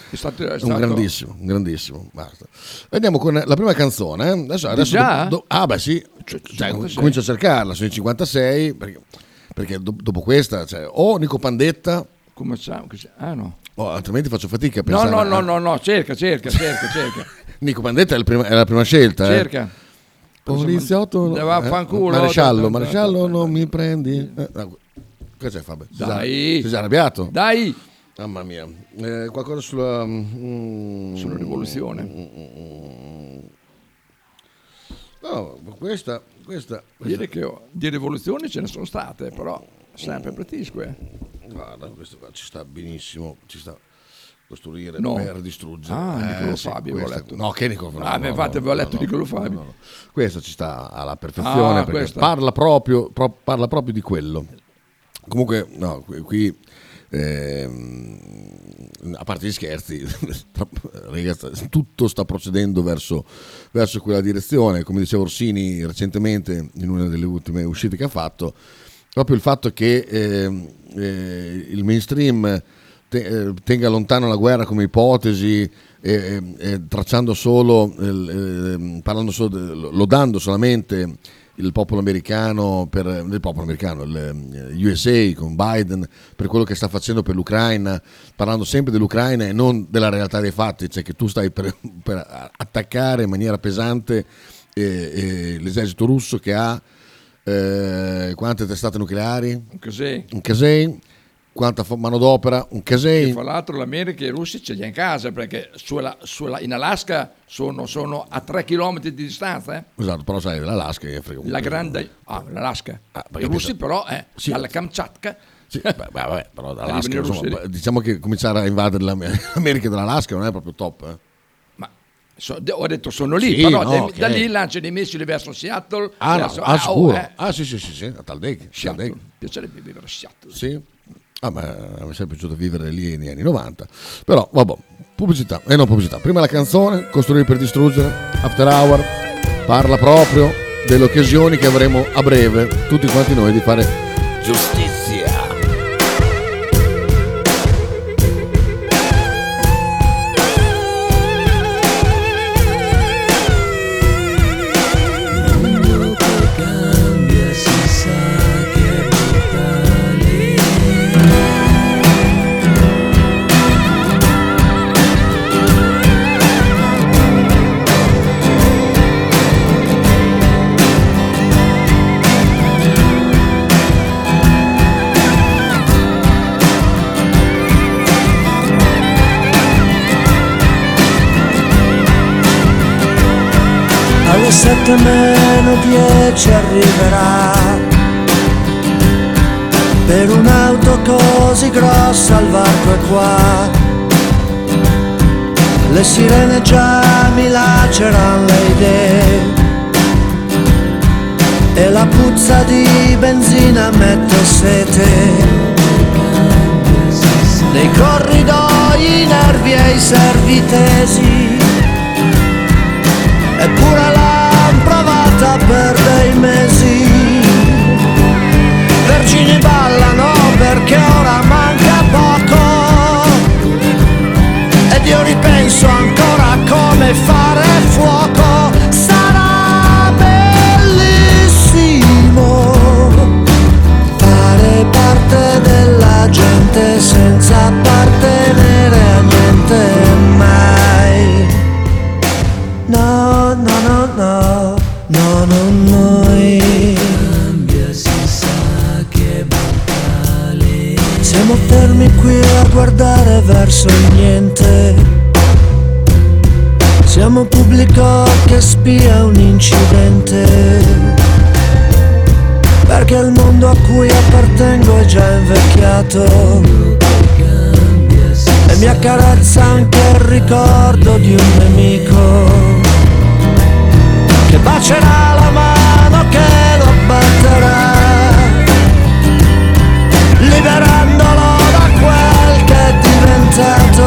Speaker 20: È stato- è
Speaker 21: un
Speaker 20: stato-
Speaker 21: grandissimo, un grandissimo. Basta. Andiamo con la prima canzone. eh. Adesso, adesso
Speaker 20: già?
Speaker 21: do- do- ah, beh, sì, cioè, comincio a cercarla. Sono i 56, perché, perché do- dopo questa, cioè, o Nico Pandetta,
Speaker 20: Come sa- che sa- Ah, no.
Speaker 21: o altrimenti faccio fatica a
Speaker 20: No,
Speaker 21: pensare.
Speaker 20: no,
Speaker 21: a-
Speaker 20: no, no, no, cerca, cerca, cerca, cerca.
Speaker 21: Nico Pandetta è, il prima- è la prima scelta. eh.
Speaker 20: cerca.
Speaker 21: Poliziotto,
Speaker 20: Eh, vaffanculo.
Speaker 21: maresciallo, maresciallo, non mi prendi. Eh, no, cosa c'è, Fabio?
Speaker 20: Dai.
Speaker 21: sei già arrabbiato?
Speaker 20: Dai.
Speaker 21: Mamma mia, Eh, qualcosa sulla. mm,
Speaker 20: Sulla rivoluzione.
Speaker 21: No, Mm. Oh, questa, questa, questa-
Speaker 20: Dire che ho- di rivoluzioni ce ne sono state, però sempre
Speaker 21: Mm.
Speaker 20: pretisque.
Speaker 21: Guarda, questo qua ci sta benissimo, ci sta costruire
Speaker 20: No.
Speaker 21: per distruggere. Eh,
Speaker 20: Ah, Niccolo Fabio, avevo
Speaker 21: questa-
Speaker 20: letto.
Speaker 21: No, che Niccolo Fabio.
Speaker 20: Ah,
Speaker 21: no,
Speaker 20: beh, infatti
Speaker 21: no,
Speaker 20: avevo
Speaker 21: no,
Speaker 20: letto
Speaker 21: no,
Speaker 20: Niccolo
Speaker 21: no,
Speaker 20: Fabio.
Speaker 21: no, no. Questo ci sta alla perfezione
Speaker 20: Ah,
Speaker 21: perché
Speaker 20: questa.
Speaker 21: parla proprio, pro- parla proprio di quello. Comunque, no, qui- qui ehm, a parte gli scherzi, [LAUGHS] tra- raga, sta- tutto sta procedendo verso, verso quella direzione. Come diceva Orsini recentemente in una delle ultime uscite che ha fatto, proprio il fatto che ehm, eh, il mainstream te- eh, tenga lontano la guerra come ipotesi, eh, eh, eh, tracciando solo, eh, ehm, parlando solo de- lodando solamente il popolo americano, per, il popolo americano, il eh, USA con Biden, per quello che sta facendo per l'Ucraina, parlando sempre dell'Ucraina e non della realtà dei fatti, cioè che tu stai per, [LAUGHS] per attaccare in maniera pesante eh, eh, l'esercito russo che ha eh, quante testate nucleari?
Speaker 20: Un casino.
Speaker 21: Un casino, quanta fo- manodopera? Un
Speaker 20: E
Speaker 21: casino.
Speaker 20: fra l'altro l'America e i russi ce li ha in casa perché sulla- sulla- in Alaska sono, sono a 3 km di distanza. eh.
Speaker 21: Esatto, però sai, l'Alaska che frega un
Speaker 20: La
Speaker 21: cazzo.
Speaker 20: grande... Ah, l'Alaska. I
Speaker 21: perché
Speaker 20: russi
Speaker 21: pensa-
Speaker 20: però, eh,
Speaker 21: Sì.
Speaker 20: dalla Kamchatka.
Speaker 21: Sì, beh, beh, vabbè, però dall'Alaska,
Speaker 20: Arrivano i russi
Speaker 21: insomma,
Speaker 20: lì.
Speaker 21: diciamo che cominciare a invadere l'Am- [LAUGHS] l'America dall'Alaska non è proprio top. eh.
Speaker 20: So- de- ho detto sono lì,
Speaker 21: Sì,
Speaker 20: però
Speaker 21: no,
Speaker 20: de-
Speaker 21: ok.
Speaker 20: da lì lancia dei missili verso Seattle.
Speaker 21: Ah, no,
Speaker 20: verso-
Speaker 21: ah,
Speaker 20: oh,
Speaker 21: sicuro.
Speaker 20: eh.
Speaker 21: Ah, sì, sì, sì, sì, a Taldeck.
Speaker 20: Seattle. Piacerebbe vivere a Seattle.
Speaker 21: Sì. Ah, ma mi è sempre piaciuto vivere lì negli anni 90. Però, vabbè, pubblicità. Eh no, pubblicità. Prima la canzone, Costruire per distruggere, After Hour, parla proprio delle occasioni che avremo a breve, tutti quanti noi, di fare giustizia.
Speaker 5: cambia si sa che è brutale
Speaker 7: alle sette meno dieci arriverà per un'auto così grossa il varco è qua le sirene già mi lacerano le idee e la puzza di benzina mette sete nei corridoi i nervi e i servi tesi eppure l'han provata per dei mesi. Vergini ballano perché ora manca poco ed io ripenso ancora come fare fuoco. Sarà bellissimo fare parte della gente senza appartenere a niente mai. No, no, no, no, no, no, noi
Speaker 5: cambia si sa che è brutale
Speaker 7: Siamo fermi qui a guardare verso il niente Siamo un pubblico che spia un incidente Perché il mondo a cui appartengo è già invecchiato E mi accarezza anche il ricordo di un nemico Che bacerà la mano che lo batterà liberandolo da quel che è diventato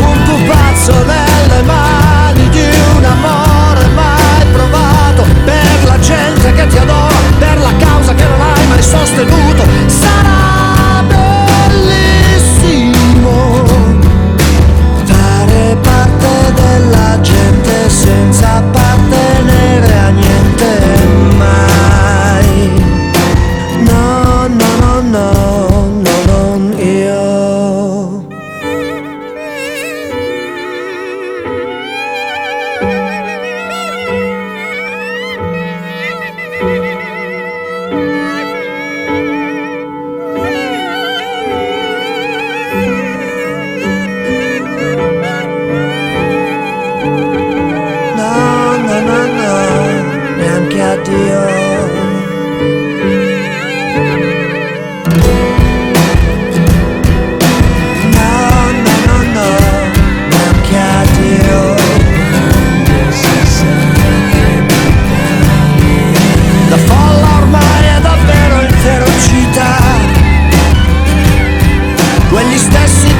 Speaker 7: un pupazzo nelle mani di un amore mai provato per la gente che ti adora, per la causa che non hai mai sostenuto. Sarà bellissimo fare parte della gente senza appartenere a niente mai. No, no, no, no, no, non io. No, no, no, no, neanche a Dio. La folla ormai è davvero inferocita Quegli stessi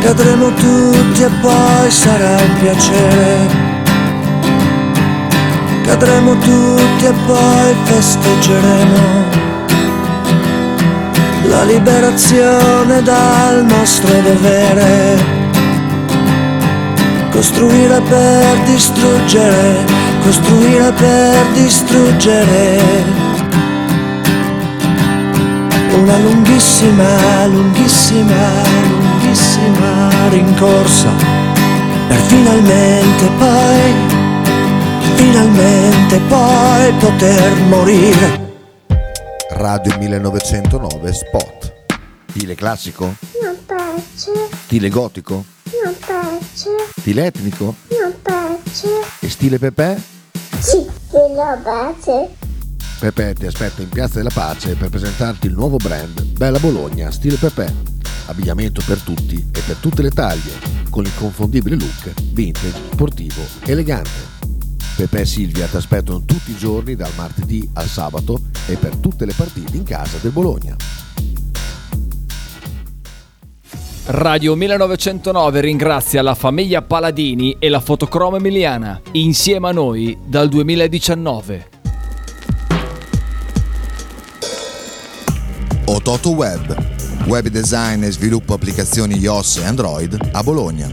Speaker 8: cadremo tutti e poi sarà un piacere. Cadremo tutti e poi festeggeremo la liberazione dal nostro dovere. Costruire per distruggere, costruire per distruggere. Una lunghissima, lunghissima, lunghissima rincorsa per finalmente poi, finalmente poi poter morire.
Speaker 1: Radio 1909 Spot. Stile classico?
Speaker 24: Non piace,
Speaker 1: Stile gotico?
Speaker 24: non piace,
Speaker 1: Stile etnico?
Speaker 24: non piace.
Speaker 1: E stile Pepe?
Speaker 24: Sì, te lo piace.
Speaker 1: Pepe ti aspetta in Piazza della Pace per presentarti il nuovo brand Bella Bologna Stile Pepe. Abbigliamento per tutti e per tutte le taglie, con l'inconfondibile look vintage, sportivo, elegante. Pepe e Silvia ti aspettano tutti i giorni dal martedì al sabato e per tutte le partite in casa del Bologna.
Speaker 25: Radio 1909 ringrazia la famiglia Paladini e la fotocroma emiliana, insieme a noi dal 2019.
Speaker 17: Ototo Web, web design e sviluppo applicazioni iOS e Android a Bologna.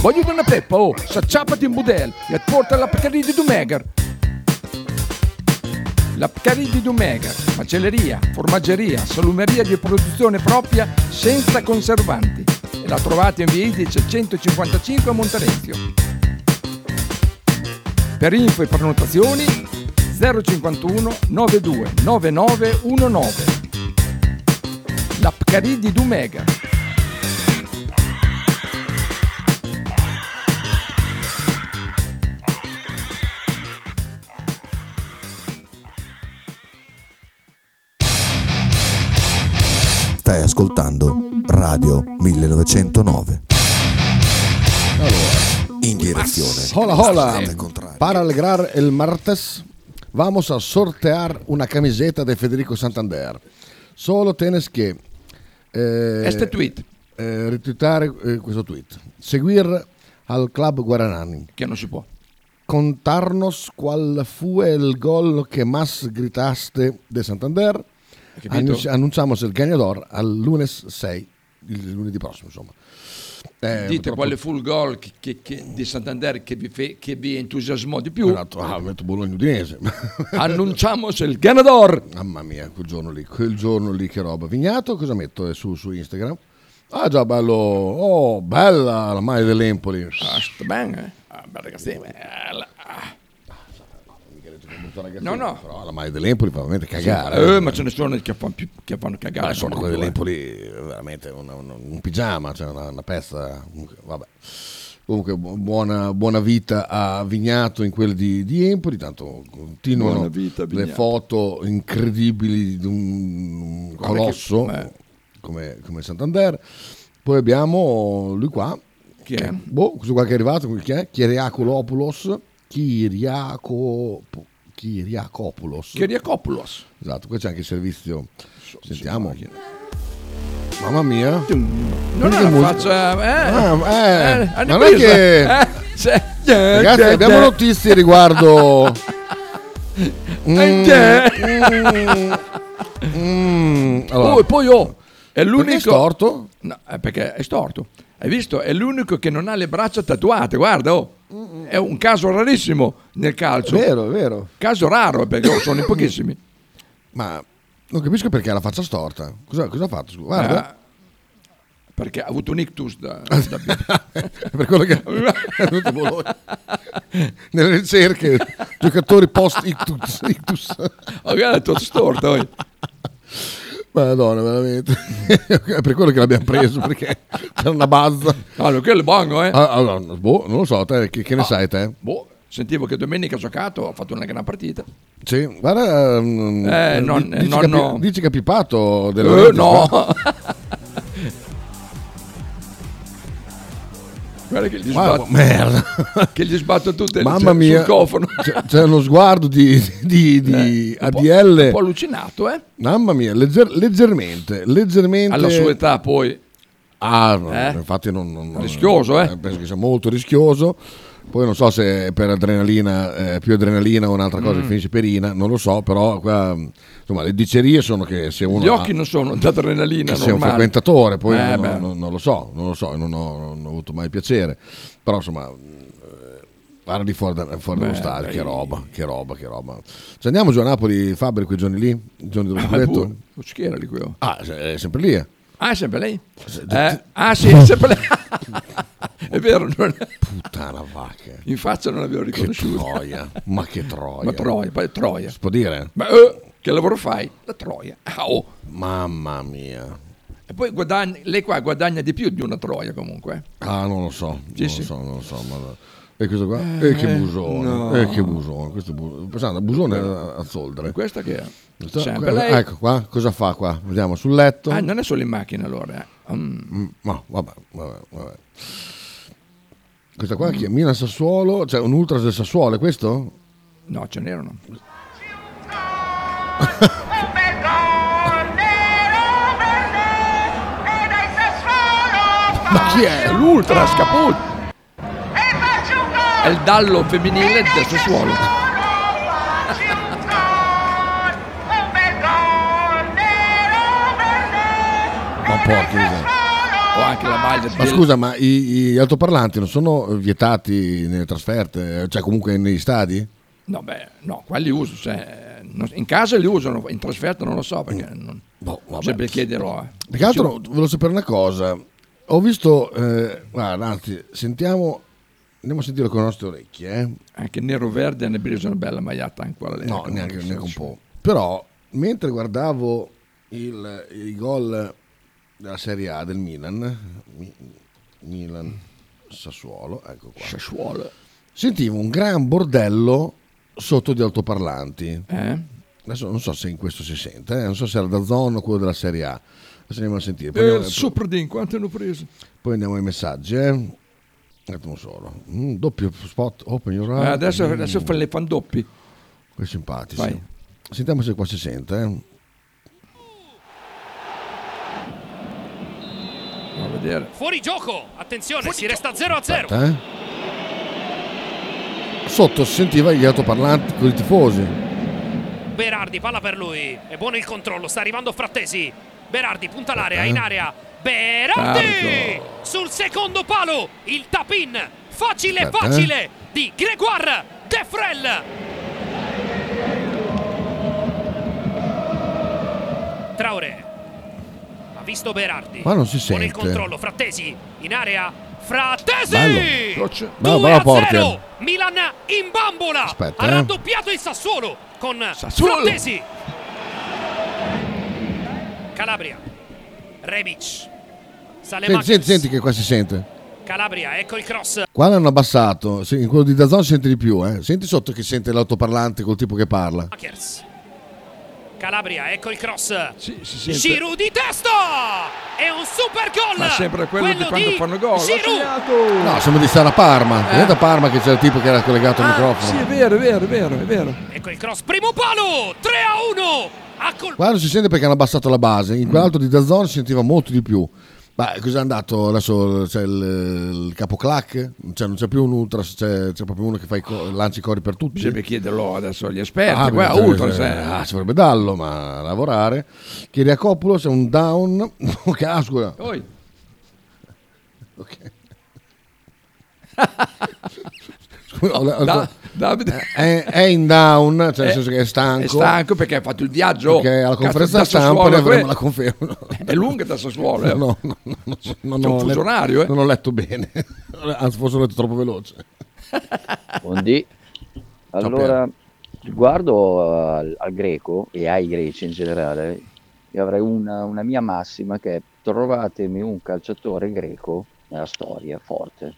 Speaker 20: Voglio una peppa, oh, s'acciappati in budel e porta la Pcaridi di Dumegar. La Pcaridi di Dumegar, macelleria, formaggeria, salumeria di produzione propria senza conservanti. E la trovate in via Idice 155 a Monterezio. Per info e prenotazioni 051 92 9919. La Pcaridi di Dumegar.
Speaker 1: Stai ascoltando Radio 1909. In direzione.
Speaker 21: Hola, hola. Para alegrar el martes, vamos a sortear una camiseta de Federico Santander. Solo tienes que... eh,
Speaker 20: Este tweet.
Speaker 21: eh, retweetare eh, questo tweet. Seguir al club Guaranani.
Speaker 20: Che non si può.
Speaker 21: Contarnos qual fu el gol che más gritaste de Santander.
Speaker 20: capito?
Speaker 21: Annunci- annunciamos il ganador al lunes 6, il lunedì prossimo insomma. Eh,
Speaker 20: Dite
Speaker 21: purtroppo-
Speaker 20: quale fu il gol che- che- che- di Santander che vi, fe- che vi entusiasmò di più.
Speaker 21: Esatto, ah, metto Bologna Udinese.
Speaker 20: [LAUGHS] Annunciamos il ganador.
Speaker 21: Mamma mia, quel giorno lì, quel giorno lì che roba. Vignato, cosa metto eh, su, su Instagram? Ah già bello, oh bella la maglia dell'Empoli.
Speaker 20: Ah, sta bene, eh? Ah, beh, ragazzi, eh, la- ah.
Speaker 21: molto ragazzi.
Speaker 20: No, no.
Speaker 21: Però la maglia dell'Empoli fa veramente cagare.
Speaker 20: Sì. Eh, ma ce ne sono che fanno, più- che fanno cagare.
Speaker 21: Ma sono
Speaker 20: Sono
Speaker 21: quelle
Speaker 20: due.
Speaker 21: dell'Empoli eh, veramente un, un- un pigiama, cioè una, una pezza. Comunque, vabbè. Comunque, bu- buona, buona vita a Vignato in quelle di, di Empoli. Tanto continuano
Speaker 26: Buona vita,
Speaker 21: le
Speaker 26: Vignato.
Speaker 21: foto incredibili di un
Speaker 26: Guarda
Speaker 21: colosso
Speaker 26: che- beh.
Speaker 21: come, come Santander. Poi abbiamo lui qua.
Speaker 20: Chi è?
Speaker 21: Boh, questo qua che è arrivato, chi è? Chiriacolopoulos. Chiriaco... Chiriacopoulos.
Speaker 20: Chiriacopoulos.
Speaker 21: Esatto, qua c'è anche il servizio. Sentiamo. Mamma mia.
Speaker 20: Non è
Speaker 21: Che
Speaker 20: la
Speaker 21: musica.
Speaker 20: faccia... Eh,
Speaker 21: Ah, eh,
Speaker 20: eh,
Speaker 21: non è che-
Speaker 20: eh, cioè-
Speaker 21: Ragazzi, abbiamo
Speaker 20: eh. [LAUGHS]
Speaker 21: notizie riguardo... Mm,
Speaker 20: Eh,
Speaker 21: mm, allora.
Speaker 20: Oh, e poi oh, è l'unico...
Speaker 21: Perché è storto?
Speaker 20: No, eh, perché è storto. Hai visto? È l'unico che non ha le braccia tatuate, guarda, oh. È un caso rarissimo nel calcio.
Speaker 21: È vero, è vero.
Speaker 20: Caso raro, perché oh, sono in pochissimi.
Speaker 21: [CLEARS THROAT] Ma non capisco perché ha la faccia storta. Cosa, cosa ha fatto? Scusa, Guarda.
Speaker 20: Ah, perché ha avuto un ictus da,
Speaker 21: [LAUGHS]
Speaker 20: da
Speaker 21: per
Speaker 20: [LAUGHS]
Speaker 21: quello che è venuto a Bologna. Nelle ricerche, giocatori post ictus. ictus.
Speaker 20: Oh, guarda, è tutto storto. oh.
Speaker 21: Madonna, veramente. È per quello che l'abbiamo preso, perché c'era una bazza.
Speaker 20: Allora, quello è buono, [LAUGHS] eh.
Speaker 21: Ah, allora, boh, non lo so, te, che, che ne sai te?
Speaker 20: Boh, sentivo che domenica ha giocato, ha fatto una gran partita.
Speaker 21: Sì, guarda, ehm,
Speaker 20: Eh,
Speaker 21: di-
Speaker 20: non-
Speaker 21: dici,
Speaker 20: non-
Speaker 21: che, ha pi-
Speaker 20: no.
Speaker 21: dici che ha pipato eh.
Speaker 20: Eh,
Speaker 21: della Laurentiis
Speaker 20: no.
Speaker 21: [LAUGHS] qua.
Speaker 20: [LAUGHS] Guarda che gli
Speaker 21: Ma-
Speaker 20: sbatto.
Speaker 21: merda.
Speaker 20: [LAUGHS] Che gli sbatto tutte
Speaker 21: Mamma
Speaker 20: Cioè,
Speaker 21: mia,
Speaker 20: sul
Speaker 21: [LAUGHS]
Speaker 20: cofano.
Speaker 21: c'è, c'è uno sguardo di, di- di ADL.
Speaker 20: Eh, Un po' allucinato, eh.
Speaker 21: Mamma mia, legger- leggermente,
Speaker 20: [LAUGHS]
Speaker 21: leggermente.
Speaker 20: Alla sua età poi.
Speaker 21: Ah, no,
Speaker 20: Eh?
Speaker 21: infatti non, non- non-
Speaker 20: Rischioso, eh?
Speaker 21: Penso che sia molto rischioso. Poi non so se è per adrenalina, eh, più adrenalina o un'altra cosa
Speaker 20: Mm.
Speaker 21: che finisce per ina, non lo so, però qua, insomma, le dicerie sono che se uno
Speaker 20: Gli occhi
Speaker 21: ha-
Speaker 20: non sono d'adrenalina
Speaker 21: che sei un
Speaker 20: normale.
Speaker 21: frequentatore, poi
Speaker 20: Eh,
Speaker 21: non,
Speaker 20: beh.
Speaker 21: non- non lo so, non lo so, non ho, non ho avuto mai piacere, però insomma, eh, guarda di fuori, da- fuori dallo
Speaker 20: Beh,
Speaker 21: stadio,
Speaker 20: dai.
Speaker 21: che roba, che roba, che roba. Ci andiamo giù a Napoli, Fabri, quei giorni lì, i giorni dello
Speaker 20: Ah,
Speaker 21: scudetto?
Speaker 20: pure. Lo schiera di qui, oh.
Speaker 21: Ah, è sempre lì. eh.
Speaker 20: Ah, è sempre lei?
Speaker 21: già-
Speaker 20: Eh, ah, sì,
Speaker 21: [LAUGHS]
Speaker 20: è sempre lei. [LAUGHS] è vero. Non...
Speaker 21: Puttana vacca.
Speaker 20: In faccia non l'avevo riconosciuta.
Speaker 21: troia, ma che troia.
Speaker 20: Ma troia, poi troia.
Speaker 21: Si può dire?
Speaker 20: Ma eh, che lavoro fai? La troia. Ah, oh.
Speaker 21: Mamma mia.
Speaker 20: E poi guadagna, lei qua guadagna di più di una troia comunque. eh.
Speaker 21: Ah, non lo so,
Speaker 20: Sì,
Speaker 21: non
Speaker 20: sì.
Speaker 21: lo so, non lo so. ma- E questo qua?
Speaker 20: Eh,
Speaker 21: E che busone,
Speaker 20: no.
Speaker 21: eh, che busone. Questo bu- pensando, busone a, a zoldere.
Speaker 20: Questa che è?
Speaker 21: Questa-
Speaker 20: Sempre
Speaker 21: que-
Speaker 20: lei?
Speaker 21: Ecco qua, cosa fa qua? Vediamo sul letto.
Speaker 20: Ah, non è solo in macchina allora. eh. Mm.
Speaker 21: Mm, no, vabbè, vabbè, vabbè. Questa qua chi è? Mina Sassuolo, cioè un ultras del Sassuolo, è questo?
Speaker 20: No, ce n'erano. Ma chi è? L'ultra scaput. È il dallo femminile del Sassuolo.
Speaker 21: Ma porca miseria.
Speaker 20: Ho anche la maglia
Speaker 21: Ma
Speaker 20: del-
Speaker 21: scusa, ma i- gli altoparlanti non sono vietati nelle trasferte, cioè comunque nei stadi?
Speaker 20: No, beh, no, qua li uso. cioè, non- in casa li usano, in trasferta non lo so perché non, non sempre chiederò. eh.
Speaker 21: Mm. Boh, Più che altro volevo sapere una cosa. Ho visto, eh, guarda, anzi, sentiamo, andiamo a sentire con le nostre orecchie. eh.
Speaker 20: Anche nero verde hanno preso una bella maglietta anche quella lì.
Speaker 21: No,
Speaker 20: Ecco,
Speaker 21: neanche,
Speaker 20: nel
Speaker 21: neanche un
Speaker 20: senso.
Speaker 21: po'. Però, mentre guardavo il, i gol della Serie A del Milan, Mi- Milan Sassuolo, ecco qua.
Speaker 20: Sassuolo.
Speaker 21: Sentivo un gran bordello sotto di altoparlanti.
Speaker 20: Eh?
Speaker 21: Adesso non so se in questo si sente, eh, non so se era da zona o quello della Serie A. Adesso andiamo a sentire. Poi,
Speaker 20: Eh,
Speaker 21: andiamo,
Speaker 20: sopra di in quanto hanno preso?
Speaker 21: poi andiamo ai messaggi. eh. Un attimo solo. Mm, doppio spot, open your
Speaker 20: Eh,
Speaker 21: eyes.
Speaker 20: adesso,
Speaker 21: Mm.
Speaker 20: adesso fa- le fan doppi.
Speaker 21: È simpatico.
Speaker 20: Vai.
Speaker 21: Sentiamo se qua si sente. eh.
Speaker 20: Andiamo a vedere.
Speaker 27: Fuori gioco, attenzione, si resta 0 a 0.
Speaker 21: Aspetta, eh. Sotto si sentiva gli altoparlanti con i tifosi.
Speaker 27: Berardi, palla per lui. È buono il controllo, sta arrivando Frattesi. Berardi punta l'area,
Speaker 21: Eh.
Speaker 27: in area. Berardi
Speaker 21: Tardo.
Speaker 27: sul secondo palo, il tapin. Facile,
Speaker 21: Aspetta, eh.
Speaker 27: facile di Gregoire De Frel. Traoré ha visto Berardi.
Speaker 21: Qua non si
Speaker 27: Buono il
Speaker 21: sente.
Speaker 27: controllo, Frattesi in area. Frattesi!
Speaker 21: Bello. Bravo, bravo
Speaker 27: 2 a 0.
Speaker 21: Portier.
Speaker 27: Milan in bambola.
Speaker 21: Aspetta,
Speaker 27: ha
Speaker 21: eh.
Speaker 27: raddoppiato il Sassuolo con
Speaker 21: Sassuolo.
Speaker 27: Frattesi. Calabria. Rebic.
Speaker 21: Senti,
Speaker 27: Salemacus.
Speaker 21: senti, senti che qua si sente.
Speaker 27: Calabria, ecco il cross.
Speaker 21: Qua l'hanno abbassato, sì, in quello di Dazzon sente di più, eh. Senti sotto che sente l'autoparlante col tipo che parla.
Speaker 27: Akers. Calabria, ecco il cross.
Speaker 21: sente.
Speaker 27: Giroud di testa! È un super gol!
Speaker 21: Ma sembra quello di quando fanno
Speaker 27: gol.
Speaker 21: No, sembra di stare a Parma. È da Parma che c'era il tipo che era collegato al microfono.
Speaker 20: Eh. Ah, Sì, è vero, è vero, è vero, è vero.
Speaker 27: Ecco il cross, primo palo! 3 a 1! A col-
Speaker 21: Qua non si sente perché hanno abbassato la base, in quell'altro di Dazzon si sentiva molto di più. Ma cos'è andato adesso? C'è il, il capoclac? Cioè, non c'è più un ultra, c'è, c'è proprio uno che fa i co- lancia i cori per tutti.
Speaker 20: Bisogna chiederlo adesso agli esperti.
Speaker 21: Ah,
Speaker 20: qua,
Speaker 21: perché-
Speaker 20: ultra,
Speaker 21: eh, ah, ci vorrebbe darlo, ma a lavorare. Chiriacopoulos è un down. [LAUGHS] che ah, scusa.
Speaker 20: Oi.
Speaker 21: Scusa, ho- ho-
Speaker 20: Da- Davide.
Speaker 21: È, è in down, cioè
Speaker 20: Eh,
Speaker 21: nel senso che è stanco.
Speaker 20: È stanco perché ha fatto il viaggio.
Speaker 21: Perché alla
Speaker 20: Cazzo,
Speaker 21: conferenza
Speaker 20: da
Speaker 21: stampa
Speaker 20: Sassuolo
Speaker 21: ne avremo
Speaker 20: que-
Speaker 21: la conferma.
Speaker 20: Eh, È lunga da Sassuolo. eh.
Speaker 21: [LAUGHS] No, no, no, no, no,
Speaker 20: C'è
Speaker 21: no,
Speaker 20: un
Speaker 21: ho
Speaker 20: fuso
Speaker 21: letto-
Speaker 20: orario, eh.
Speaker 21: Non ho letto bene, [LAUGHS] anzi forse ho letto troppo veloce.
Speaker 26: Buondì. Allora, riguardo al, al greco e ai greci in generale, io avrei una, una mia massima che è trovatemi un calciatore greco nella storia forte.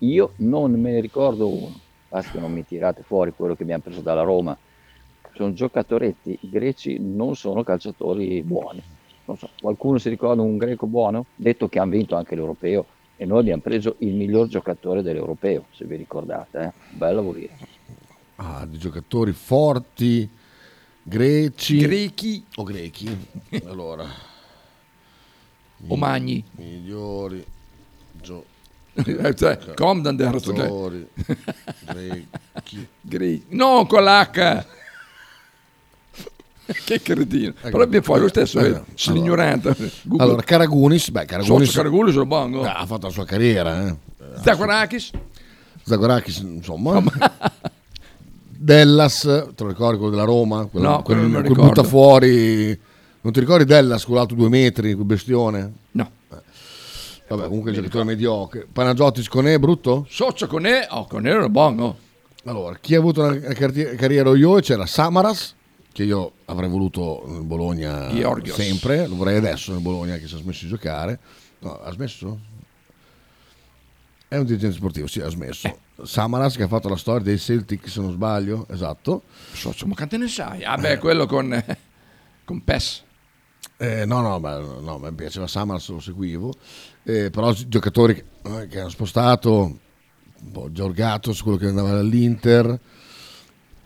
Speaker 26: Io non me ne ricordo uno, basta che non mi tirate fuori quello che abbiamo preso dalla Roma. Sono giocatori i greci non sono calciatori buoni. Non so, qualcuno si ricorda un greco buono? Detto che hanno vinto anche l'europeo e noi abbiamo preso il miglior giocatore dell'europeo, se vi ricordate, eh. bello morire.
Speaker 21: Ah, di giocatori forti, greci.
Speaker 20: Grechi.
Speaker 21: O grechi. Allora.
Speaker 20: O magni.
Speaker 21: Migliori. Gio-
Speaker 20: Eh, cioè, Comdan del resto che- [LAUGHS]
Speaker 21: giocatori Grechi.
Speaker 20: Gri- No, con l'H. [LAUGHS] che cretino. Però abbiamo fatto lo stesso,
Speaker 21: Eh,
Speaker 20: eh,
Speaker 21: Ecco. allora.
Speaker 20: l'ignorante. Google.
Speaker 21: Allora, Caragunis. Beh, Caragunis.
Speaker 20: Sotto Caragunis lo bongo.
Speaker 21: Ah, Ha fatto la sua carriera, eh.
Speaker 20: Zagorakis.
Speaker 21: Zagorakis, insomma. [LAUGHS] Dellas, te lo ricordi quello della Roma? Quello,
Speaker 20: No, quello non me lo
Speaker 21: quel
Speaker 20: ricordo.
Speaker 21: butta fuori. Non ti ricordi Dellas, quello alto due metri, quel bestione? Eh,
Speaker 20: No.
Speaker 21: Vabbè, comunque il giocatore mediocre. Panagiotis con E, brutto?
Speaker 20: Socio con E, oh, con E era buono.
Speaker 21: Allora, chi ha avuto una carti- carriera io c'era Samaras, che io avrei voluto nel Bologna
Speaker 20: Georgios.
Speaker 21: sempre, lo vorrei adesso nel Bologna che si è smesso di giocare. No, ha smesso? È un dirigente sportivo, sì, ha smesso. Samaras che ha fatto la storia dei Celtic, se non sbaglio, esatto.
Speaker 20: Socio, ma che te ne sai? Ah, beh, quello con, con PES.
Speaker 21: Eh, no, no, ma, no, ma mi piaceva Samaras, lo seguivo. Eh, però s- giocatori che, eh, che hanno spostato, boh, Giorgatos, quello che andava all'Inter.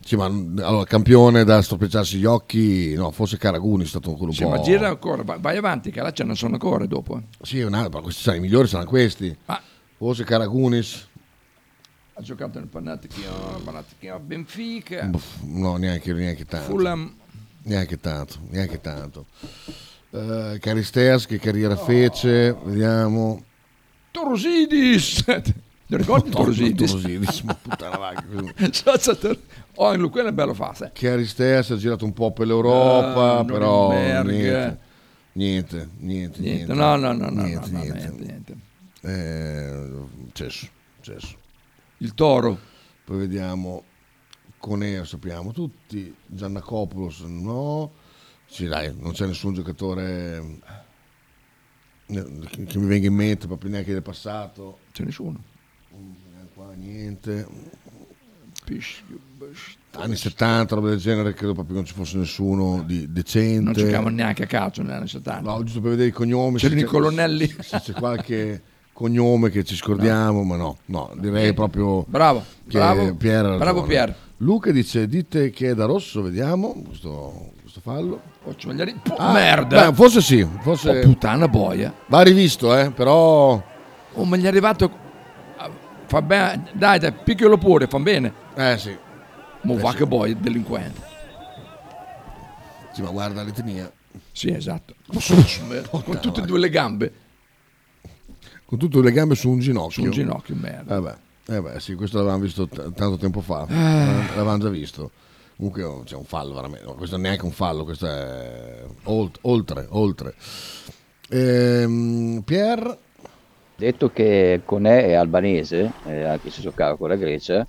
Speaker 21: Sì, ma, mm, allora, campione da storpeggiarsi gli occhi, no, forse Caraguni è stato quello un
Speaker 20: Sì,
Speaker 21: po'...
Speaker 20: ma gira ancora, vai, vai avanti, che là ce ne sono ancora dopo. eh.
Speaker 21: Sì, un altro, ma questi sai, i migliori saranno questi. Forse Caragunis,
Speaker 20: Ha giocato nel Panathinaikos, Panathinaikos, Benfica,
Speaker 21: Boh, no, neanche, neanche tanto.
Speaker 20: Eh. Fulham.
Speaker 21: Neanche tanto, neanche tanto. Eh, Caristeas, che carriera
Speaker 20: Oh.
Speaker 21: fece, vediamo.
Speaker 20: Torosidis. [LAUGHS] Ti ricordi
Speaker 21: Madonna,
Speaker 20: Torosidis?
Speaker 21: Boh, Torosidis, ma
Speaker 20: [LAUGHS]
Speaker 21: puttana vacca.
Speaker 20: Ciao, ciao, Tor- Oh, lui quello è bello fase.
Speaker 21: Chiaristè si è girato un po' per l'Europa,
Speaker 20: Ah,
Speaker 21: però
Speaker 20: Norimberga.
Speaker 21: niente, niente, niente, niente.
Speaker 20: No, no, no, no,
Speaker 21: niente,
Speaker 20: no, no,
Speaker 21: niente.
Speaker 20: niente, niente.
Speaker 21: Eh, cesso, cesso.
Speaker 20: Il Toro.
Speaker 21: Poi vediamo Conea, sappiamo tutti, Giannacopoulos no. Sì, dai, non c'è nessun giocatore eh, che che mi venga in mente proprio neanche del passato.
Speaker 20: C'è nessuno.
Speaker 21: Qua niente.
Speaker 20: Pish,
Speaker 21: Anni 70, roba del genere, credo proprio che non ci fosse nessuno di decente.
Speaker 20: Non giocavano neanche a calcio negli anni 70.
Speaker 21: No, giusto per vedere i cognomi. se
Speaker 20: C'erano i
Speaker 21: c'è-
Speaker 20: colonnelli.
Speaker 21: Se c'è qualche cognome che ci scordiamo, ma no, no, direi proprio.
Speaker 20: Bravo,
Speaker 21: che
Speaker 20: bravo,
Speaker 21: Pier ha
Speaker 20: bravo
Speaker 21: ragione.
Speaker 20: Pier.
Speaker 21: Luca dice: Dite che è da rosso, vediamo. Questo, questo fallo.
Speaker 20: Occio Magliari. Po-
Speaker 21: Ah,
Speaker 20: merda.
Speaker 21: beh, forse sì, forse.
Speaker 20: Oh, puttana boia.
Speaker 21: Va rivisto, eh, però.
Speaker 20: Oh, ma gli è arrivato. ah, Fa bene. Dai, dai, picchialo pure, fa bene.
Speaker 21: Eh sì.
Speaker 20: Ma
Speaker 21: Eh,
Speaker 20: va
Speaker 21: sì.
Speaker 20: che boia, delinquente.
Speaker 21: Sì, ma guarda l'etnia.
Speaker 20: Sì, esatto. Con tutte e due le gambe.
Speaker 21: Con tutte le gambe su un ginocchio.
Speaker 20: Su un ginocchio, merda.
Speaker 21: Eh beh, eh beh, sì, questo l'avevamo visto t- tanto tempo fa.
Speaker 20: Ah.
Speaker 21: L'avevamo già visto. Comunque oh, c'è un fallo veramente. no, questo non è neanche un fallo, questo è olt- oltre, oltre. Eh, Ehm, Pier
Speaker 26: Detto che Conè è albanese, eh, anche se giocava con la Grecia,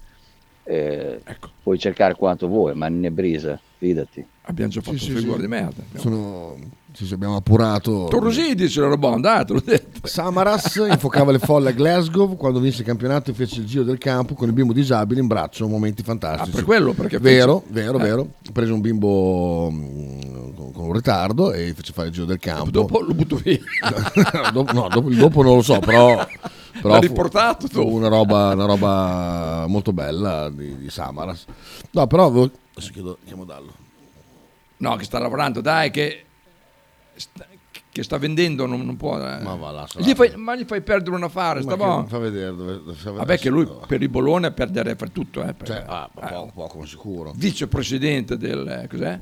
Speaker 26: eh,
Speaker 20: Ecco.
Speaker 26: puoi cercare quanto vuoi, ma ne brisa, fidati.
Speaker 20: Abbiamo già fatto
Speaker 21: sì,
Speaker 20: figure
Speaker 21: sì.
Speaker 20: di merda.
Speaker 21: Sono, sì, sì, abbiamo appurato.
Speaker 20: Torrosini dice la roba, andate, l'ho detto.
Speaker 21: Samaras infocava le folle a Glasgow quando vinse il campionato e fece il giro del campo con il bimbo disabile in braccio, momenti fantastici.
Speaker 20: Ah, per quello, perché
Speaker 21: vero,
Speaker 20: fece-
Speaker 21: vero,
Speaker 20: eh.
Speaker 21: vero. Prese un bimbo mh, con, con un ritardo e fece fare il giro del campo.
Speaker 20: Dopo lo butto via.
Speaker 21: [LAUGHS] dopo, no, dopo, dopo non lo
Speaker 20: [LAUGHS]
Speaker 21: so, però. però
Speaker 20: L'ha
Speaker 21: fu-
Speaker 20: riportato
Speaker 21: fu
Speaker 20: tu.
Speaker 21: Una roba, una roba molto bella di, di Samaras. No, però. avevo- Adesso chiedo, chiamo Dallo.
Speaker 20: No, che sta lavorando, dai, che sta, che sta vendendo, non, non può. eh.
Speaker 21: Ma va, lascia-
Speaker 20: Gli fai- ma gli fai perdere un affare,
Speaker 21: Ma
Speaker 20: sta
Speaker 21: che-
Speaker 20: Ah, buono.
Speaker 21: Fa vedere dove. dove- dove-
Speaker 20: Vabbè, che lui per il Bologna perderebbe per tutto, eh, perché-
Speaker 21: Cioè, ah, poco, poco, sicuro.
Speaker 20: vicepresidente del eh, cos'è?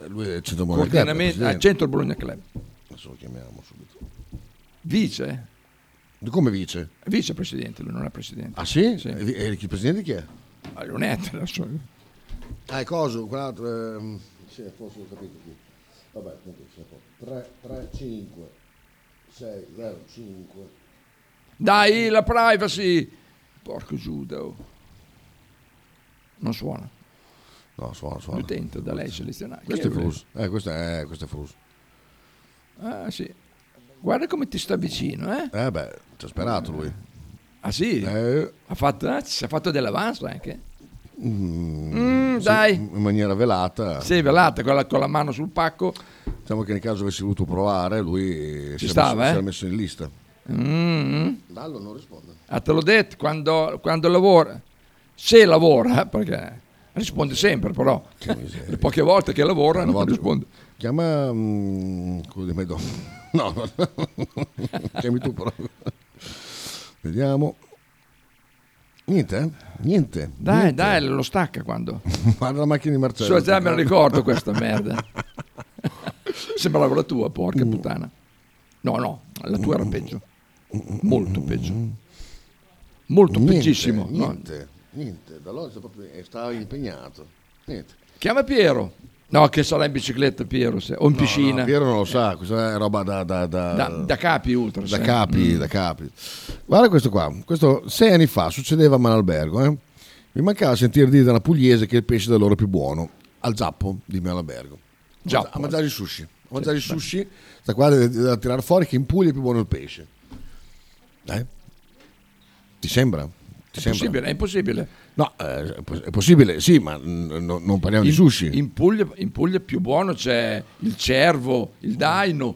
Speaker 21: Eh, Lui è il centro Bologna Club,
Speaker 20: Coordinamento
Speaker 21: presidente.
Speaker 20: ah, centro Bologna Club.
Speaker 21: Adesso lo chiamiamo subito.
Speaker 20: Vice?
Speaker 21: Come vice?
Speaker 20: Vicepresidente, lui non è presidente.
Speaker 21: Ah sì? E- E il presidente chi è?
Speaker 20: Ah, Leonetti, adesso.
Speaker 21: Ah, è coso, quell'altro. ehm, Sì, forse ho capito qui. Vabbè, comunque, c'è poco. 3, 3, 5, 6, 0, 5.
Speaker 20: Dai, la privacy. Porco Giuda. oh. Non suona.
Speaker 21: No, suona, suona.
Speaker 20: L'utente da lei selezionato.
Speaker 21: Questo è
Speaker 20: Chi lui?
Speaker 21: Frus. Eh, questo è, questo è Frus.
Speaker 20: Ah, sì. Guarda come ti sta vicino, eh?
Speaker 21: Eh, beh, ci ha sperato lui. Eh.
Speaker 20: Ah, sì? Ha fatto, ah, ci ha fatto dell'avanzo anche.
Speaker 21: Mm,
Speaker 20: Mm, dai.
Speaker 21: In maniera velata.
Speaker 20: Sei velata con la, con la mano sul pacco.
Speaker 21: Diciamo che nel caso avessi voluto provare, lui si è
Speaker 20: stava,
Speaker 21: messo, si
Speaker 20: eh?
Speaker 21: era messo in lista. Mm-hmm.
Speaker 20: Mm.
Speaker 21: Dallo non risponde.
Speaker 20: Ah, te l'ho detto, quando, quando lavora, se lavora, [LAUGHS] perché risponde sempre
Speaker 21: [LAUGHS]
Speaker 20: però, le poche volte che lavora non risponde.
Speaker 21: Chiama mm, quello di Medò. [LAUGHS] No, [LAUGHS] chiami tu però. Vediamo. Niente, eh? niente.
Speaker 20: Dai,
Speaker 21: niente.
Speaker 20: dai, lo stacca quando.
Speaker 21: Guarda la macchina di Marcello.
Speaker 20: So, già me la ricordo
Speaker 21: [LAUGHS]
Speaker 20: questa merda. Sembrava la tua, porca
Speaker 21: Mm.
Speaker 20: puttana. No, no, la tua era peggio. Molto peggio. Molto
Speaker 21: Mm. Niente,
Speaker 20: peggissimo. no.
Speaker 21: Niente, [LAUGHS] niente. Da allora sta proprio- eh, stava impegnato. Niente.
Speaker 20: Chiama Piero. No, che sarà in bicicletta Piero, se- o in
Speaker 21: No,
Speaker 20: piscina.
Speaker 21: no, Piero non lo sa, questa è roba da, da, da-
Speaker 20: Da, da capi ultra. Mm.
Speaker 21: da
Speaker 20: sai.
Speaker 21: capi, da capi. Guarda questo qua, questo sei anni fa succedeva a Malalbergo. eh. Mi mancava sentire dire da una pugliese che il pesce da loro è più buono, al zappo di Malalbergo.
Speaker 20: Giappo.
Speaker 21: A mangiare il sushi. A mangiare il sushi, da qua da, da tirare fuori che in Puglia è più buono il pesce. Eh? Ti sembra? Ti
Speaker 20: È
Speaker 21: sembra?
Speaker 20: possibile, è impossibile.
Speaker 21: No, eh, è pos- è possibile, sì, ma mm, no- non parliamo di
Speaker 20: In-
Speaker 21: sushi.
Speaker 20: In Puglia, in Puglia più buono c'è il cervo, il daino.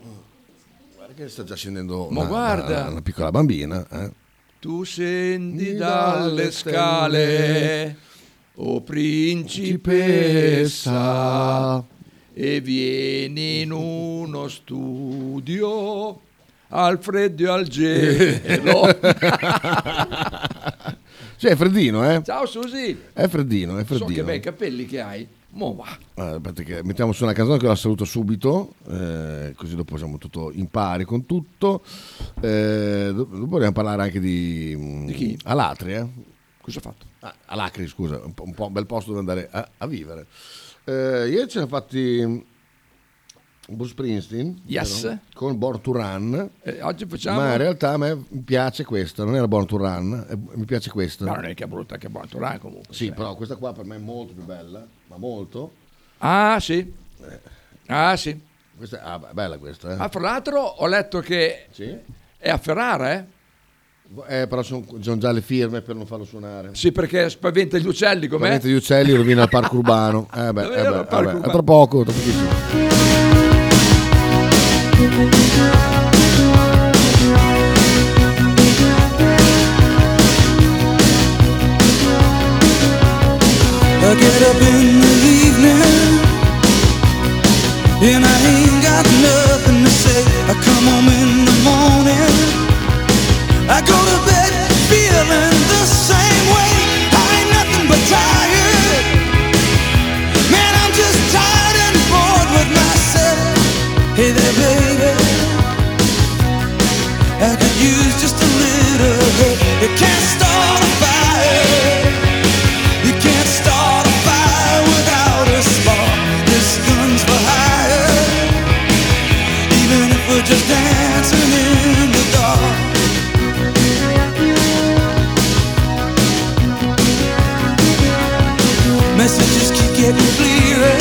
Speaker 21: Guarda che sta già scendendo
Speaker 20: Ma
Speaker 21: una,
Speaker 20: guarda.
Speaker 21: una- una piccola bambina. eh.
Speaker 20: Tu scendi dalle scale, o principessa, e vieni in uno studio al freddo e al
Speaker 21: [LAUGHS]
Speaker 20: gelo.
Speaker 21: Sì, è freddino, eh?
Speaker 20: Ciao Susi,
Speaker 21: È freddino, è
Speaker 20: so
Speaker 21: freddino.
Speaker 20: che bei capelli che hai. Mo va.
Speaker 21: Allora, aspetta Eh, che mettiamo su una canzone che la saluto subito, eh, così dopo siamo tutto in pari con tutto. Eh, do- dopo vogliamo parlare anche di, mm,
Speaker 20: Di chi?
Speaker 21: Alatri, eh?
Speaker 20: Cosa ha fatto?
Speaker 21: Ah, Alacri, scusa, un, po', un po' un bel posto dove andare a, a vivere. Eh, ieri ce l'ha fatti mm, Bruce Springsteen
Speaker 20: Yes.
Speaker 21: vero? con Born to Run.
Speaker 20: Eh, oggi facciamo-
Speaker 21: Ma in realtà a me mi piace questa, non era Born to Run, eh, mi piace questa.
Speaker 20: No, non è che è brutta, che è buona Torà comunque.
Speaker 21: Sì,
Speaker 20: cioè.
Speaker 21: però questa qua per me è molto più bella, ma molto.
Speaker 20: Ah sì. Ah sì.
Speaker 21: Eh. Questa ah, beh, bella questa, eh.
Speaker 20: Ah, fra l'altro ho letto che
Speaker 21: Sì.
Speaker 20: è a Ferrara, eh?
Speaker 21: Eh, però sono già le firme per non farlo suonare.
Speaker 20: Sì, perché spaventa gli uccelli com'è?
Speaker 21: Veramente gli uccelli rovina il parco urbano. Eh beh, eh
Speaker 20: Davvero,
Speaker 21: beh,
Speaker 20: il parco
Speaker 21: eh beh.
Speaker 20: urbano.
Speaker 21: A tra poco, tra pochissimo.
Speaker 8: I get up in the evening and I ain't got nothing to say. I come home in the morning. I go to bed feeling the same way. I ain't nothing but tired. Man, I'm just tired and bored with myself. Hey there, baby. I could use just a little help. You can't start a fire. You can't start a fire without a spark. This gun's for hire. Even if we're just dancing in the dark. messages keep getting clearer.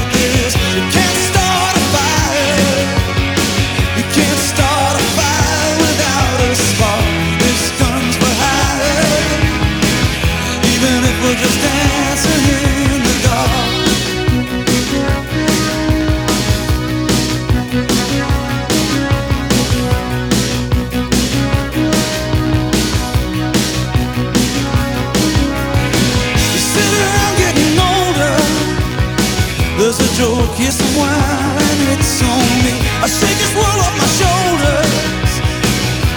Speaker 8: it is. You can't start a fire. You can't start a fire without a spark. This guns for hire. Even if we're just dancing in the dark. You sit around getting older. There's a joke here somewhere and it's on me. I shake this world off my shoulders.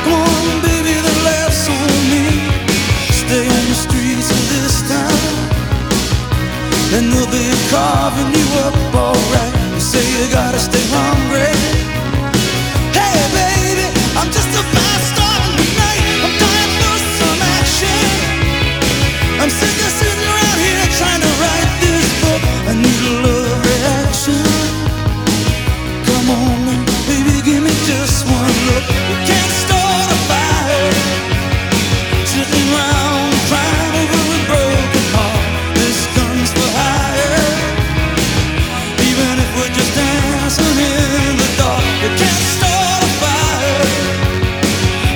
Speaker 8: Come on, baby, the laughs on me. Stay on the streets of this town, and they'll be carving you up alright. You say you gotta stay hungry. Hey, baby, I'm just a fast star tonight. I'm dying for some action. I'm sick of sitting around here trying to write this book. I need a love reaction. Come on, then, baby, give me just one look. You can't start a fire. Sitting around crying over a broken heart. This gun's for hire. Even if we're just dancing in the dark, you can't start a fire.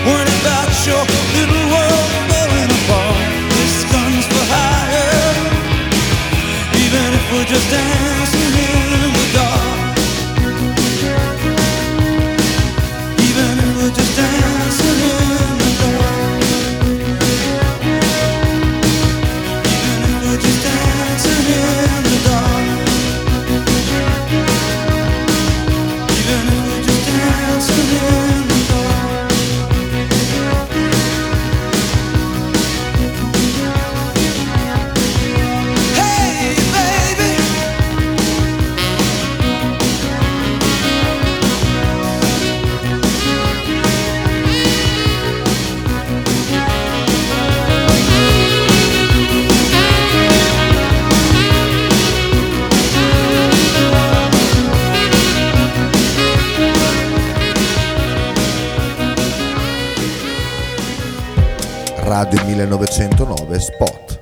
Speaker 8: Worrying about your little world falling apart. This gun's for hire. Even if we're just dancing in the dark. Even if we're just dancing in the dark. Even if we're just dancing in the dark. Even if we're just dancing in the dark. Hey, baby.
Speaker 28: Radio 1909 Spot.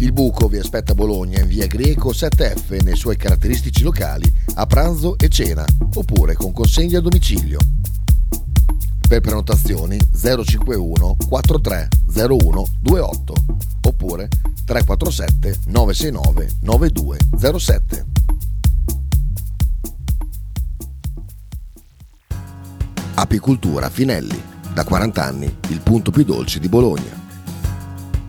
Speaker 1: Il buco vi aspetta a Bologna in via Greco 7F nei suoi caratteristici locali a pranzo e cena, oppure con consegna a domicilio. Per prenotazioni 051 4301 28 oppure 347 969 9207. apicultura Finelli, da 40 anni il punto più dolce di Bologna.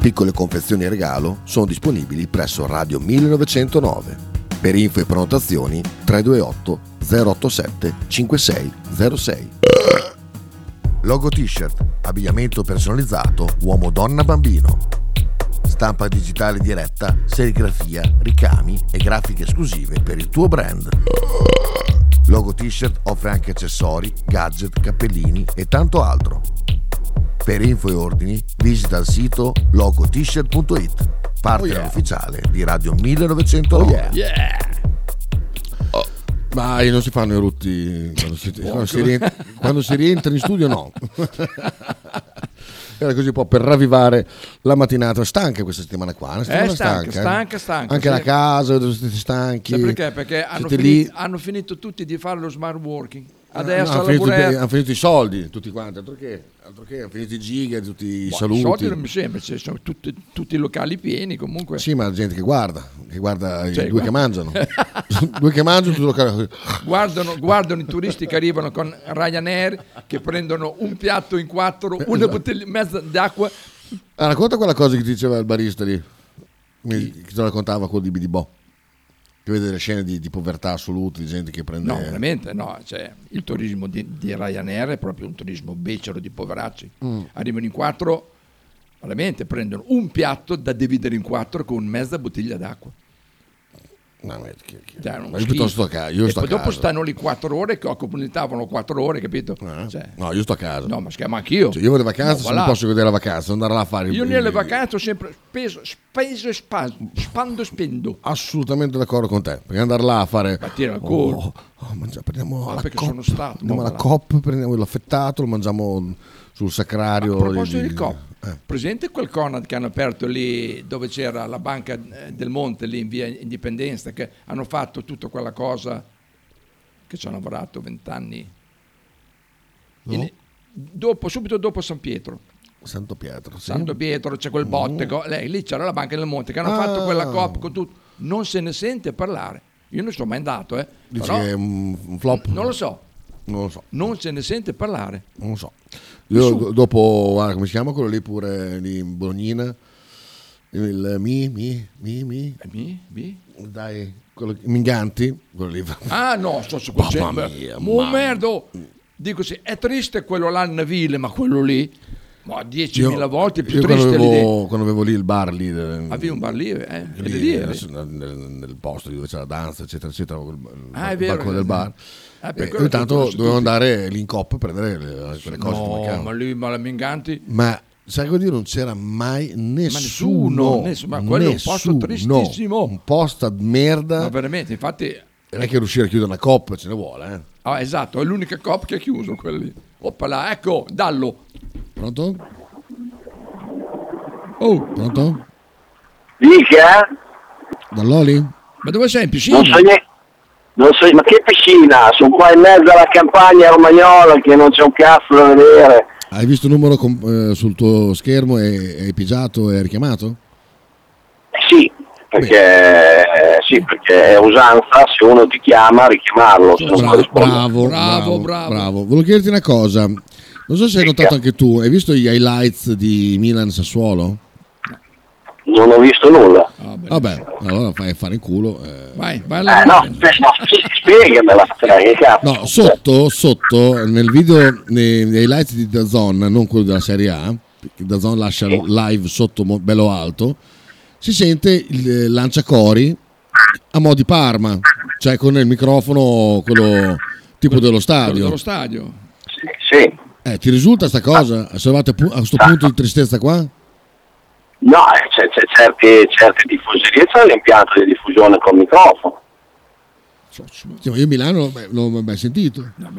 Speaker 1: Piccole confezioni e regalo sono disponibili presso Radio 1909. Per info e prenotazioni 328 087 5606. Logo t-shirt, abbigliamento personalizzato uomo-donna-bambino. Stampa digitale diretta, serigrafia, ricami e grafiche esclusive per il tuo brand. Logo T-shirt offre anche accessori, gadget, cappellini e tanto altro. Per info e ordini visita il sito logotshirt.it, partner
Speaker 21: Oh yeah.
Speaker 1: ufficiale di Radio 1909.
Speaker 21: Ma non si fanno i rutti quando si, quando si rientra, quando si rientra in studio, no. Era così un po' per ravvivare la mattinata. Stanca questa settimana qua, una settimana
Speaker 20: Eh, stanca,
Speaker 21: eh.
Speaker 20: stanca, stanca,
Speaker 21: Anche
Speaker 20: sì.
Speaker 21: la casa, dove siete stanchi.
Speaker 20: Sai perché? Perché hanno
Speaker 21: siete
Speaker 20: finito,
Speaker 21: lì. Ah,
Speaker 20: hanno finito tutti di fare lo smart working.
Speaker 21: No,
Speaker 20: Adesso
Speaker 21: hanno,
Speaker 20: alla
Speaker 21: finito,
Speaker 20: Burea-
Speaker 21: hanno finito i soldi, tutti quanti. Altro che, altro che hanno finito i giga, tutti i
Speaker 20: Boh,
Speaker 21: saluti.
Speaker 20: I soldi non mi sembra, ci sono tutti, tutti i locali pieni comunque.
Speaker 21: Sì, ma la gente che guarda, che guarda
Speaker 20: Cioè,
Speaker 21: i due
Speaker 20: guarda.
Speaker 21: che
Speaker 20: [LAUGHS]
Speaker 21: mangiano. due che mangiano, tutto lo caro.
Speaker 20: Guardano, guardano i turisti che arrivano con Ryanair, che prendono un piatto in quattro,
Speaker 21: Eh,
Speaker 20: una bottiglia e mezza d'acqua.
Speaker 21: Ah, racconta quella cosa che ti diceva il barista lì, Mi- che te lo raccontava quello di Bidibò, che vede le scene di, di povertà assoluta, di gente che prende...
Speaker 20: No, veramente no. Cioè, il turismo di, di Ryanair è proprio un turismo becero di poveracci.
Speaker 21: Mm.
Speaker 20: Arrivano in quattro, veramente prendono un piatto da dividere in quattro con mezza bottiglia d'acqua.
Speaker 21: No, ma
Speaker 20: Cioè, uno
Speaker 21: Ma io piuttosto
Speaker 20: schifo.
Speaker 21: a casa, io
Speaker 20: e
Speaker 21: sto a
Speaker 20: poi dopo
Speaker 21: casa.
Speaker 20: stanno lì quattro ore che occupano il tavolo quattro ore, capito?
Speaker 21: Ah.
Speaker 20: Cioè,
Speaker 21: No, io sto a casa.
Speaker 20: No, ma si chiama anch'io.
Speaker 21: Cioè, io vado a vacanza,
Speaker 20: No,
Speaker 21: se
Speaker 20: voilà.
Speaker 21: non posso godere la vacanza, andare là a fare...
Speaker 20: Io nelle vacanze ho sempre speso, speso e spa- spando e spendo.
Speaker 21: Assolutamente d'accordo con te, perché andare là a fare...
Speaker 20: Battire al
Speaker 21: Oh,
Speaker 20: colpo.
Speaker 21: oh, mangia- prendiamo
Speaker 20: Ma
Speaker 21: la
Speaker 20: Ah, perché
Speaker 21: coppa,
Speaker 20: sono stato,
Speaker 21: Prendiamo
Speaker 20: ma
Speaker 21: la
Speaker 20: voilà.
Speaker 21: coppa, prendiamo l'affettato, lo mangiamo sul sacrario.
Speaker 20: A proposito
Speaker 21: di- Eh.
Speaker 20: di COP, presente quel Conad che hanno aperto lì dove c'era la banca eh, del Monte, lì in via Indipendenza, che hanno fatto tutta quella cosa che ci hanno lavorato vent'anni.
Speaker 21: No.
Speaker 20: In- Dopo, subito dopo San Pietro,
Speaker 21: Santo Pietro, Certo, sì. Mm.
Speaker 20: Santo Pietro c'è quel bottego, lei- lì c'era la banca del Monte che hanno
Speaker 21: Ah.
Speaker 20: fatto quella COP con tutto, non se ne sente parlare. Io non sono mai andato, eh,
Speaker 21: Dici
Speaker 20: però
Speaker 21: che è un, un flop?
Speaker 20: non lo so,
Speaker 21: Non lo so.
Speaker 20: non se ne sente parlare.
Speaker 21: Non lo so. Io
Speaker 20: Nessuno.
Speaker 21: do- dopo, guarda, come si chiama quello lì pure lì in Bolognina? Il mi, mi, mi, mi.
Speaker 20: Eh, Mi, mi?
Speaker 21: Dai, quello, Minganti, quello lì.
Speaker 20: Ah no, sto su quel
Speaker 21: Mamma
Speaker 20: centro.
Speaker 21: mia,
Speaker 20: Mo
Speaker 21: mamma.
Speaker 20: merdo. Dico sì, è triste quello là in Navile, ma quello lì, ma 10.000
Speaker 21: Io-
Speaker 20: volte più
Speaker 21: io quando
Speaker 20: triste l'idea.
Speaker 21: avevo, quando avevo lì il bar lì, del-
Speaker 20: Avevi un bar lì, eh?
Speaker 21: lì,
Speaker 20: Eri lì, eri?
Speaker 21: adesso nel, nel- nel posto lì dove c'era la danza, eccetera, eccetera, quel- il,
Speaker 20: Ah, è
Speaker 21: il
Speaker 20: vero,
Speaker 21: balcone del bar.
Speaker 20: eh, per
Speaker 21: e
Speaker 20: quello
Speaker 21: ogni tanto
Speaker 20: che conosci
Speaker 21: dovevo
Speaker 20: tutti.
Speaker 21: andare lì in coppa a prendere le, quelle cose che
Speaker 20: No,
Speaker 21: mancavano.
Speaker 20: ma lui, ma la Minganti,
Speaker 21: Ma sai cosa dire? Non c'era mai nessuno.
Speaker 20: nessuno, nessuno, ma quello è un posto
Speaker 21: Nessuno.
Speaker 20: tristissimo.
Speaker 21: Un posto di merda.
Speaker 20: ma veramente, infatti,
Speaker 21: Non è che riuscire a chiudere una coppa ce ne vuole. Eh.
Speaker 20: ah, esatto, è l'unica cop che ha chiuso quella lì. Oppala, ecco, dallo.
Speaker 21: Pronto?
Speaker 20: Oh,
Speaker 21: Pronto?
Speaker 29: Dica?
Speaker 21: Dall'Oli?
Speaker 20: Ma dove sei in piscina?
Speaker 29: Non so niente. Non so, ma che piscina? Sono qua in mezzo alla campagna romagnola che non c'è un cazzo da vedere.
Speaker 21: Hai visto il numero com- eh, sul tuo schermo e hai pigiato e hai richiamato?
Speaker 29: Eh Sì, perché, eh, sì, perché è usanza, se uno ti chiama, richiamarlo. Se non
Speaker 21: Bra-
Speaker 29: corrisponde-
Speaker 21: bravo, bravo, bravo, Volevo chiederti una cosa. Non so se hai notato anche tu, hai visto gli highlights di Milan Sassuolo?
Speaker 29: non ho visto nulla.
Speaker 21: Ah, Vabbè, allora fai fare in culo. eh.
Speaker 20: Vai, vai
Speaker 29: Eh, no, no, spiegamela, cioè, che cazzo.
Speaker 21: No, sotto, sotto, nel video, nei, nei highlights di Dazon, non quello della Serie A, perché Dazon lascia il live sotto mo- bello alto, si sente il eh, lanciacori a mo' di Parma, cioè con il microfono, quello tipo
Speaker 20: Quello
Speaker 21: dello
Speaker 20: dello
Speaker 21: stadio.
Speaker 20: stadio.
Speaker 29: Sì. Ah.
Speaker 21: Eh, ti risulta sta cosa? Sono a questo punto di tristezza qua?
Speaker 29: No, eh, c'è, c'è certi, certe diffuserie, c'è l'impianto di diffusione col microfono.
Speaker 21: Cioè, Sì, ma Io Milano beh, l'ho mai sentito.
Speaker 29: No,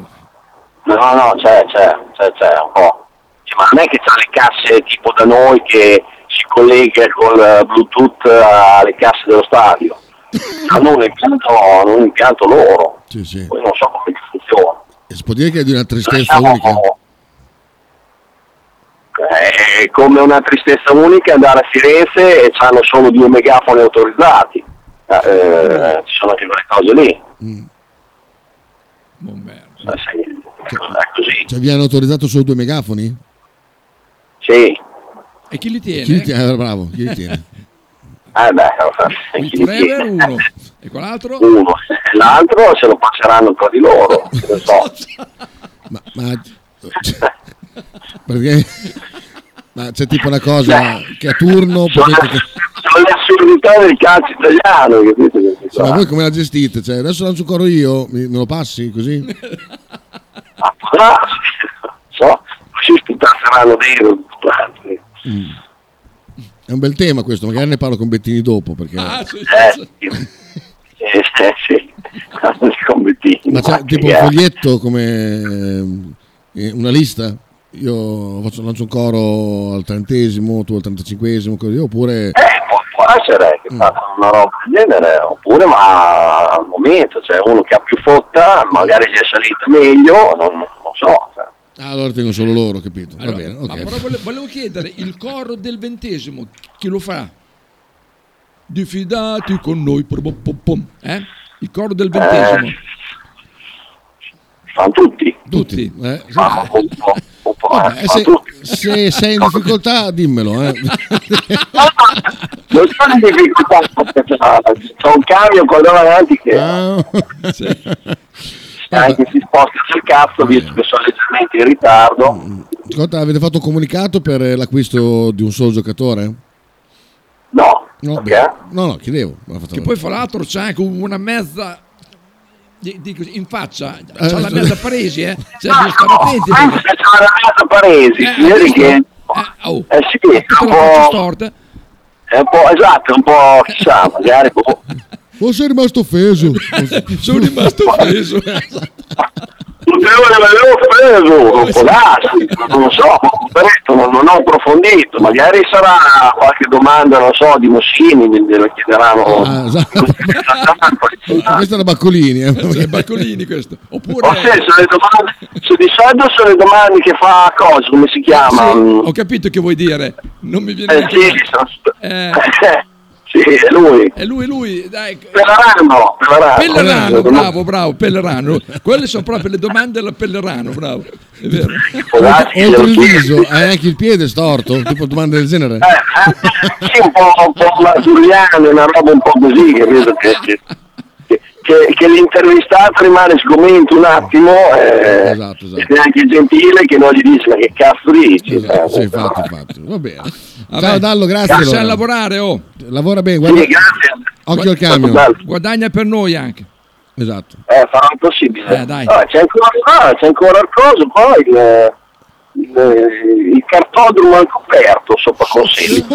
Speaker 29: no, c'è, c'è, c'è, c'è un po'. Sì, ma non è che c'ha le casse tipo da noi che si collega col eh, Bluetooth alle casse dello
Speaker 21: [LAUGHS]
Speaker 29: stadio. Hanno un impianto, hanno un impianto loro,
Speaker 21: Sì, sì.
Speaker 29: poi non so come funziona.
Speaker 21: E Eh, si può dire che è di una tristezza
Speaker 29: Diciamo
Speaker 21: unica.
Speaker 29: Eh, È come una tristezza unica andare a Firenze e hanno solo due megafoni autorizzati. Eh, eh, ci sono anche quelle cose lì. Eh, sai, è così.
Speaker 21: Cioè, vi hanno autorizzato solo due megafoni?
Speaker 29: Sì.
Speaker 20: E chi li tiene?
Speaker 21: Chi li tiene? Eh, bravo, chi li tiene?
Speaker 29: Eh beh,
Speaker 20: Il
Speaker 29: chi li
Speaker 20: Trevor
Speaker 29: tiene?
Speaker 20: uno e quell'altro
Speaker 29: uno e l'altro se lo passeranno tra di loro che ne
Speaker 21: [LAUGHS]
Speaker 29: so.
Speaker 21: ma, ma- cioè, perché... ma c'è tipo una cosa che a turno potete...
Speaker 29: sono le assurdità del calcio italiano capito?
Speaker 21: Sì, ma voi come la gestite? Cioè, adesso lancio un coro io, mi- me lo passi così?
Speaker 29: Ah, so, ci sputazzeranno dentro tutti quanti.
Speaker 21: Mm. È un bel tema questo, magari ne parlo con Bettini dopo. Perché...
Speaker 29: eh, sì. Eh, eh, sì. Scommettini,
Speaker 21: Ma c'è
Speaker 29: che
Speaker 21: tipo un
Speaker 29: cazzo.
Speaker 21: foglietto come eh, una lista? Io faccio, lancio un coro al trentesimo, tu al trentacinquesimo, così, oppure...
Speaker 29: può essere
Speaker 21: Mm.
Speaker 29: che facciano una roba del genere oppure ma al momento c'è uno che ha più fotta magari gli è salito meglio non, non so cioè.
Speaker 21: Ah, allora tengo solo loro, capito? Va bene,
Speaker 20: Eh, Ma però
Speaker 21: ok.
Speaker 20: vole- volevo chiedere il coro del ventesimo chi lo farà? Diffidati con noi pom, pom, pom, pom. Eh? il coro del ventesimo
Speaker 29: fanno tutti Ah,
Speaker 21: tutti eh, sì.
Speaker 29: un po', un po',
Speaker 21: Vabbè,
Speaker 29: eh,
Speaker 21: se,
Speaker 29: fanno tutti.
Speaker 21: se sei in difficoltà dimmelo eh.
Speaker 29: non sono in difficoltà perché c'è c'è un camion qua davanti che
Speaker 21: Ah.
Speaker 29: [LAUGHS] se anche si sposta sul cazzo visto che sono leggermente in ritardo
Speaker 21: Mm. Ascolta, avete fatto un comunicato per eh, l'acquisto di un solo giocatore?
Speaker 29: No.
Speaker 21: No, beh, no, no, chiedevo. ma ho fatto-
Speaker 20: che poi fra l'altro c'è anche una mezza di- di così, in faccia c'ha
Speaker 21: Eh,
Speaker 20: la
Speaker 21: sì.
Speaker 20: mezza paresi eh? Cioè, bisogna stare attenti perché-
Speaker 29: c'è la mezza paresi signori che
Speaker 21: oh.
Speaker 29: eh sì è un po' è un po' esatto è un po'
Speaker 21: Eh.
Speaker 29: chissà magari boh,
Speaker 21: Oh, sei rimasto offeso. Sono
Speaker 29: [LAUGHS]
Speaker 21: rimasto offeso.
Speaker 29: Notevole, l'avevo preso, può darsi, non lo so, per questo non, non ho approfondito, magari sarà qualche domanda, non so, di Mossini, me me la chiederanno.
Speaker 21: Ah, esatto. Ah, Questo era Baccolini. È
Speaker 20: Baccolini questo. Oppure...
Speaker 29: O se sono le domande, su di solito sono le domande che fa cosa, come si chiama? Mm,
Speaker 20: ho capito che vuoi dire non mi viene
Speaker 29: eh,
Speaker 20: neanche-
Speaker 29: sì, sono-
Speaker 20: Eh,
Speaker 29: [LAUGHS] sì, è lui.
Speaker 20: è lui lui dai
Speaker 29: Pellerano, Pellerano.
Speaker 20: Pellerano, bravo, bravo, Pellerano. Quelle sono proprio le domande del Pellerano, bravo. È vero.
Speaker 21: Oltre il viso, hai anche il piede storto? Tipo domande del genere.
Speaker 29: Sì, un po', un po' mazuriano, una roba un po' così, capito? Che, che, che- che l'intervistato rimane sgomento un attimo, eh,
Speaker 20: Esatto,
Speaker 29: e neanche gentile che non gli dice ma che cazzo dici? Eh,
Speaker 21: Va bene. Ciao Dallo, grazie.
Speaker 20: Lascia
Speaker 21: allora.
Speaker 20: lavorare, oh.
Speaker 21: Lavora bene, guarda. Occhio al camion.
Speaker 20: Guadagna per noi anche.
Speaker 21: Esatto.
Speaker 29: eh, farà il possibile.
Speaker 20: Eh, dai.
Speaker 29: Ah, c'è, ancora, ah, c'è ancora il coso, poi il, il, il cartodromo al coperto sopra Consigli.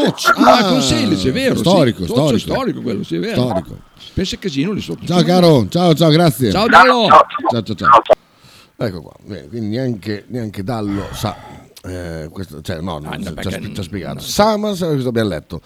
Speaker 20: Ah, con Selice, è vero. sì.
Speaker 21: storico,
Speaker 20: Socio
Speaker 21: storico.
Speaker 20: storico quello, sì, è vero.
Speaker 21: Storico.
Speaker 20: Pensa casino lì sotto.
Speaker 21: Ciao caro, ciao ciao, grazie.
Speaker 20: Ciao, Dallo.
Speaker 21: Ciao ciao ciao. Ecco qua, bene, quindi neanche, neanche Dallo sa eh, questo, cioè no,
Speaker 20: Ah,
Speaker 21: non- ci ha
Speaker 12: perché-
Speaker 21: spi- ci ha spiegato.
Speaker 12: no.
Speaker 21: Samas, questo abbiamo letto.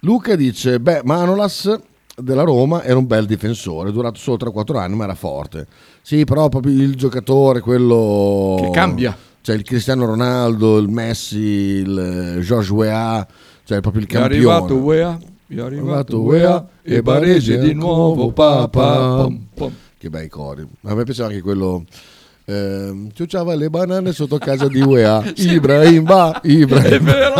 Speaker 21: Luca dice, beh, Manolas della Roma era un bel difensore, è durato solo 3-4 anni, ma era forte. Sì, però proprio il giocatore, quello...
Speaker 20: Che cambia.
Speaker 21: Cioè il Cristiano Ronaldo, il Messi, il George Weah, cioè proprio il
Speaker 20: È
Speaker 21: campione.
Speaker 20: arrivato Wea, è arrivato Wea e Barese di nuovo papà. Pom, pom.
Speaker 21: Che bei cori. A me piaceva anche quello. ehm, ciucciava le banane sotto casa di
Speaker 20: [LAUGHS]
Speaker 21: UEA. Ibrahim, va, Ibrahim.
Speaker 20: È
Speaker 21: [LAUGHS]
Speaker 20: vero.